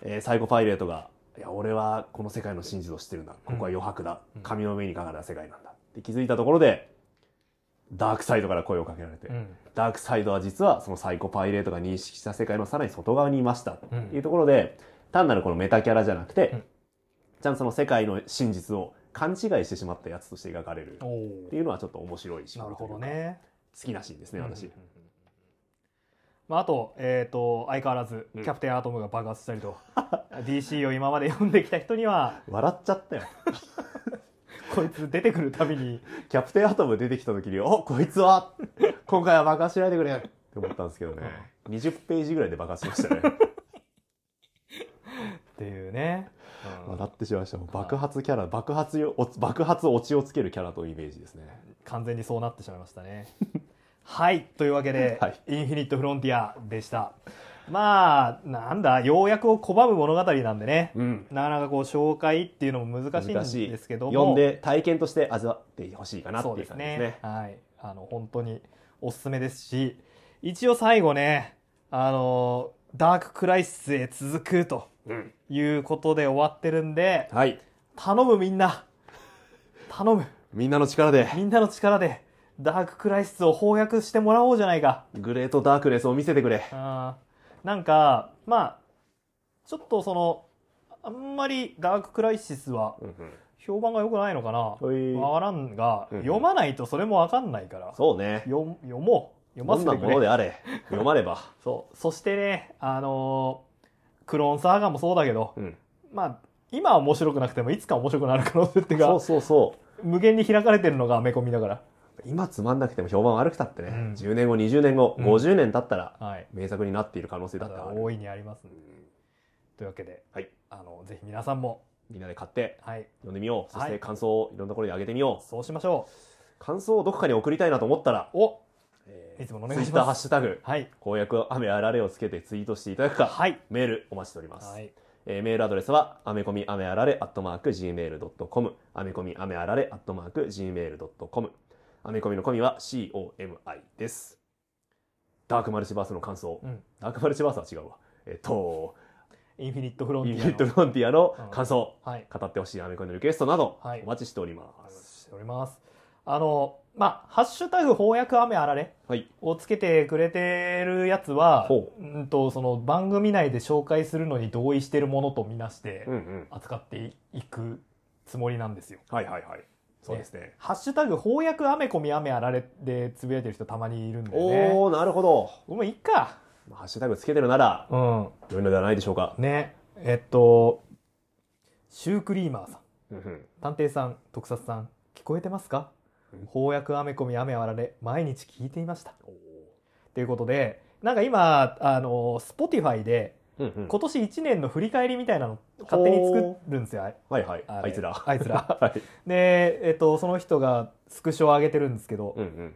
S2: えーサイコパイレートが「いや俺はこの世界の真実を知ってるんだここは余白だ
S1: うん
S2: 紙の上に書かれた世界なんだ」って気づいたところでダークサイドから声をかけられて、
S1: うん
S2: ダークサイドは実はそのサイコパイレートが認識した世界のさらに外側にいましたって
S1: うん
S2: いうところで、単なるこのメタキャラじゃなくて、
S1: うん
S2: ちゃんとその世界の真実を勘違いしてしまったやつとして描かれる
S1: お
S2: っていうのはちょっと面白いし
S1: ーなるほどね。
S2: 好きなシーンですね私、
S1: うんうんうんまあ、あと,、えー、と相変わらず
S2: うん
S1: キャプテンアトムが爆発したりと、DC を今まで読んできた人には
S2: 笑っちゃったよ
S1: こいつ出てくるたびに
S2: キャプテンアトム出てきた時に「おこいつは今回は爆発しないでくれ!」って思ったんですけどね20ページぐらいで爆発しましたね
S1: っていうね、うん
S2: 笑ってしまいましたもう爆発キャラ爆発よ爆発オチをつけるキャラというイメージですね
S1: 完全にそうなってしまいましたね。 はいというわけで、
S2: はい
S1: インフィニット・フロンティア」でした。まあなんだようやくを拒む物語なんでね、
S2: うん
S1: なかなかこう紹介っていうのも難しいんですけども
S2: 読んで体験として味わってほしいかなっていう感じですね
S1: はい、あの本当におすすめですし一応最後ねあのダーククライシスへ続くと
S2: うん
S1: いうことで終わってるんで
S2: はい
S1: 頼むみんな頼む
S2: みんなの力で
S1: みんなの力でダーククライシスを翻訳してもらおうじゃないか
S2: グレートダークネスを見せてくれ
S1: あーなんかまあちょっとそのあんまりダーククライシスは評判が良くないのかな
S2: ほい
S1: わからんが、
S2: うんうん
S1: 読まないとそれもわかんないから
S2: そうね
S1: 読読もう読ま
S2: どん
S1: せ
S2: な
S1: てく
S2: もの
S1: れ
S2: であれ読まれば
S1: そうそしてねあのークローンサーガもそうだけど
S2: うん
S1: まあ今は面白くなくてもいつか面白くなる可能性っていう
S2: そう
S1: か
S2: そうそう
S1: 無限に開かれてるのがアメコミだから
S2: 今つまんなくても評判悪くたってね、
S1: うん
S2: 10年後20年後、
S1: うん
S2: 50年経ったら
S1: はい
S2: 名作になっている可能性だってある、
S1: 大いにあります
S2: うん
S1: ねというわけで、
S2: はい
S1: あのぜひ皆さんも
S2: みんなで買って
S1: はい
S2: 読んでみようそし
S1: は
S2: て
S1: い
S2: 感想をいろんなところに上げてみよう、
S1: そうしましょ
S2: 感想をどこかに送りたいなと思ったら
S1: う、お
S2: え
S1: いつものお願いします
S2: ツイッターハッシュタグ
S1: はい
S2: 公約雨あられをつけてツイートしていただくか、
S1: はい
S2: メールお待ちしております、
S1: はい
S2: えーメールアドレスは、アメコミアメあられ、アットマーク、gmail.com、アメコミアメあられ、アットマーク、gmail.com、アメコミのコミは comi です。ダークマルチバースの感想、
S1: うん
S2: ダークマルチバースは違うわ。えっと、
S1: インフィニットフロン
S2: イ
S1: ティア
S2: ンフ
S1: の
S2: ィニットフロンティアの感想、
S1: はい
S2: 語ってほしいアメコミのリクエストなど、
S1: はい
S2: お待ちしておりま
S1: お待ち
S2: す。
S1: しておりますあのまあハッシュタグ翻訳雨あられ
S2: はい。
S1: をつけてくれてるやつは
S2: ほ
S1: うんとその番組内で紹介するのに同意してるものとみなして
S2: うんうん。
S1: 扱っていくつもりなんですよ。
S2: はいはいはい。そうですね。
S1: ハッシュタグ翻訳アメコミアメあられでつぶやいてる人たまにいるんでね。
S2: おー、なるほど。
S1: もういいか。
S2: まあハッシュタグつけてるなら、
S1: うん。
S2: 良いのではないでしょうか。
S1: ね。えっと、シュークリーマーさん、
S2: うんうん
S1: 探偵さん、特撮さん、聞こえてますか
S2: うん
S1: 翻訳アメコミアメあられ、毎日聞いていました。
S2: おー
S1: ということで、なんか今、あの、Spotify で、
S2: うんうん
S1: 今年1年の振り返りみたいなの勝手に作るんですよあ
S2: はいはい。
S1: あれ
S2: あいつ ら。
S1: あいつら
S2: はい。
S1: で、えっと、その人がスクショを上げてるんですけど、
S2: うんうん。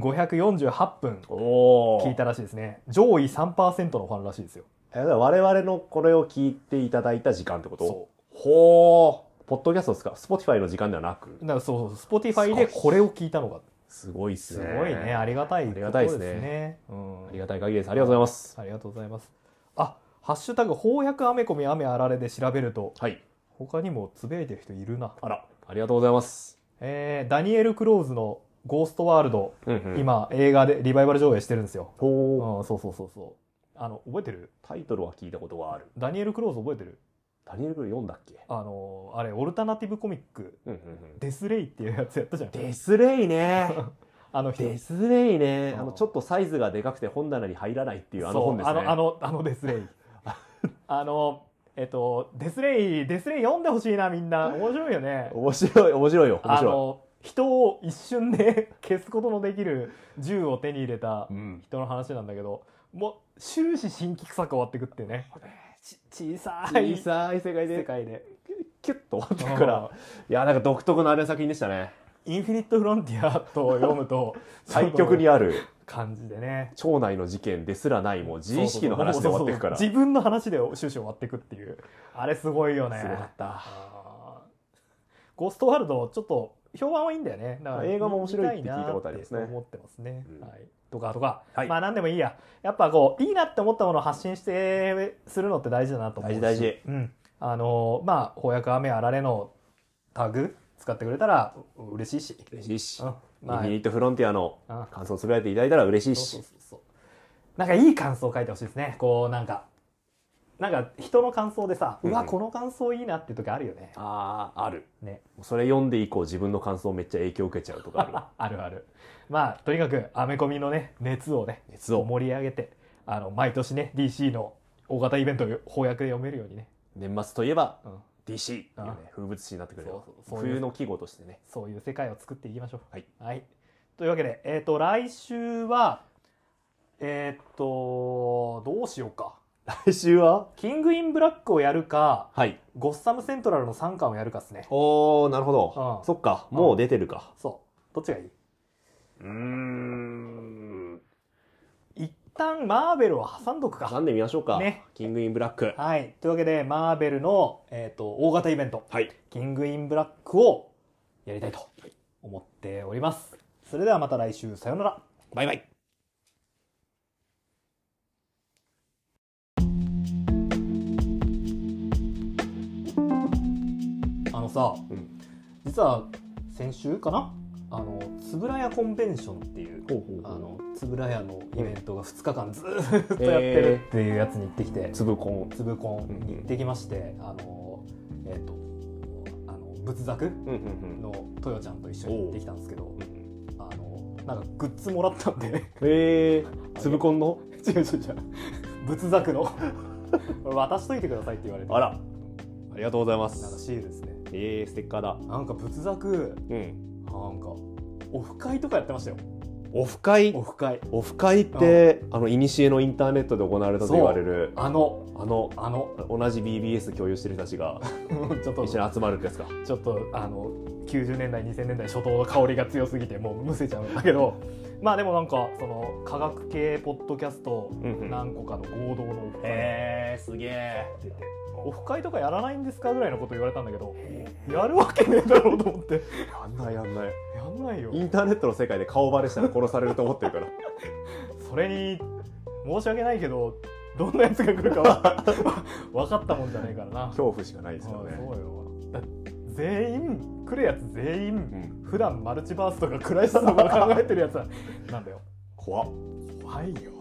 S1: 7548分
S2: お
S1: 聞いたらしいですね上位3%のファンらしいですよ
S2: えだから我々のこれを聞いていただいた時間ってこと
S1: そ
S2: ほーポッドキャストですか Spotify の時間ではなく
S1: うだからそうそう Spotify でこれを聞いたのが
S2: すごいっす
S1: す
S2: ね
S1: ごいねありがたい
S2: あ
S1: こと
S2: りがたいですね
S1: ですね
S2: あ
S1: あ
S2: りがたい限りですありがとうございます
S1: ありがとうございますあハッシュタグ翻訳アメコミ雨あられで調べると
S2: はい
S1: 他にもつぶやいてる人いるな
S2: あらありがとうございます
S1: えーダニエル・クローズの「ゴーストワールド」
S2: うんうん
S1: 今映画でリバイバル上映してるんですよ、
S2: ほー
S1: うん、そうそうそうそうあの覚えてる
S2: タイトルは聞いたことがある
S1: ダニエル・クローズ覚えてる
S2: ダニエル・ブル読んだっけ
S1: あのあれオルタナティブコミック
S2: うんうんう
S1: 「
S2: ん
S1: デス・レイ」っていうやつやったじゃん
S2: デスレイね
S1: あの人
S2: デスレイね
S1: うん
S2: あのちょっとサイズがでかくて本棚に入らないっていうあの
S1: そう
S2: 本ですね
S1: あのあのあのデスレイ あのえっとデスレイデスレイ読んでほしいなみん な面白いよね
S2: 面白い面白いよ面
S1: あ
S2: 白
S1: の人を一瞬で 消すことのできる銃を手に入れた
S2: いうん
S1: 人の話なんだけどもう終始新規臭く終わってくっていうねち小さい
S2: 小さい世界
S1: 世
S2: で
S1: 界で
S2: キュッと終わってるからいやなんか独特なあれ作品でしたね
S1: インフィニット・フロンティアと読む と
S2: 対極に
S1: あ
S2: ある
S1: 感じでね
S2: 町内の事件ですらないもう自意識の話で終わっていくから。
S1: そうそうそう自分の話で終始終わっていくっていうあれすごいよね
S2: すごかった。
S1: あーゴーストワールドちょっと評判はいいんだよねだから
S2: はい映画も面白いって
S1: 見な
S2: 聞いたことありますね
S1: って思ってますね、
S2: うん
S1: はい、とかとか、
S2: はい
S1: まあ何でもいいややっぱこういいなって思ったものを発信してするのって大事だなと思うし
S2: 大事大事
S1: うん、あのーまあ翻訳雨あられのタグ使ってくれたらう嬉しいし、
S2: 嬉しいし。
S1: うん
S2: イン
S1: ま
S2: フ
S1: あ
S2: ィニットフロンティアの
S1: うん
S2: 感想をつぶやいていただいたら嬉しい
S1: そうそ
S2: し
S1: う。そうそうなんかいい感想を書いてほしいですねこうなんかなんか人の感想でさ、う
S2: うん
S1: わ
S2: うん
S1: この感想いいなっていう時あるよね
S2: ああ、ある。
S1: ね
S2: それ読んで以降自分の感想めっちゃ影響受けちゃうとかあるわ。
S1: ああるあるまあとにかくアメコミのね熱をね
S2: 熱を
S1: 盛り上げてあの毎年ね DC の大型イベントを翻訳で読めるようにね、
S2: 年末といえば
S1: うん、
S2: DC っていうね
S1: あ
S2: 風物詩になってくれるわ
S1: そうそうそういう
S2: 冬の季語としてね。
S1: そういう世界を作っていきましょう
S2: はい、
S1: というわけでえっ、と来週はえっ、とどうしようか
S2: 来週は
S1: キング・イン・ブラックをやるか
S2: はい。
S1: ゴッサム・セントラルの3巻をやるかですね
S2: おー、なるほど
S1: う。ん
S2: そっか、もう出てるか。
S1: そうどっちがいいう
S2: ーん。
S1: 一旦マーベルを挟んどく
S2: 挟
S1: か
S2: んでみましょうか
S1: ね。
S2: キングインブラック。
S1: はいというわけでマーベルの、えー、と大型イベント
S2: はい。
S1: キング・イン・ブラックをやりたいと思っております。それではまた来週、さようなら。
S2: バイバイ。
S1: あのさ、
S2: うん
S1: 実は先週かなあの、つぶらやコンベンションっていう、
S2: ほうほう
S1: あ
S2: ほう
S1: の、つぶらやのイベントが2日間ずーっとやってるっていうやつに行ってきて、
S2: つぶこん。
S1: つぶコンに行ってきまして、あの、えっ、と、あの、仏作
S2: うんうん
S1: のトヨちゃんと一緒に行ってきたんですけど、
S2: うん。
S1: あの、なんかグッズもらったんで、
S2: えー、つぶこんの
S1: 違う違う違う仏作の これ渡しといてくださいって言われて
S2: あら、ありがとうございま
S1: なんか
S2: す。
S1: シールですね
S2: えー、ステッカーだ。
S1: なんか仏作
S2: うん。
S1: なんかオフ会とかやってましたよ
S2: オフ会
S1: オフ会
S2: オフ会って、あの、いにしえのインターネットで行われたと言われる、
S1: あの
S2: あの、
S1: あの
S2: 同じ BBS 共有してる人たちが
S1: ちょっと
S2: 一緒に集まるってやつか。
S1: ちょっとあの90年代2000年代初頭の香りが強すぎてもうむせちゃうんだけどまあでもなんかその科学系ポッドキャスト
S2: うんうん
S1: 何個かの合同のオフ会
S2: えー、すげえ。
S1: 出てオフ会とかやらないんですかぐらいのこと言われたんだけどやるわけねえだろうと思って
S2: やんないやんない。
S1: やんないよ
S2: インターネットの世界で顔バレしたら殺されると思ってるから。
S1: それに申し訳ないけどどんなやつが来るかは 分かったもんじゃないからな
S2: 恐怖しかないですよ
S1: ああ
S2: ね。
S1: そうよだ全員来るやつ全員、
S2: うん。
S1: 普段マルチバースとかクライスターとか考えてるやつはなんだよ
S2: 怖っ。
S1: 怖いよ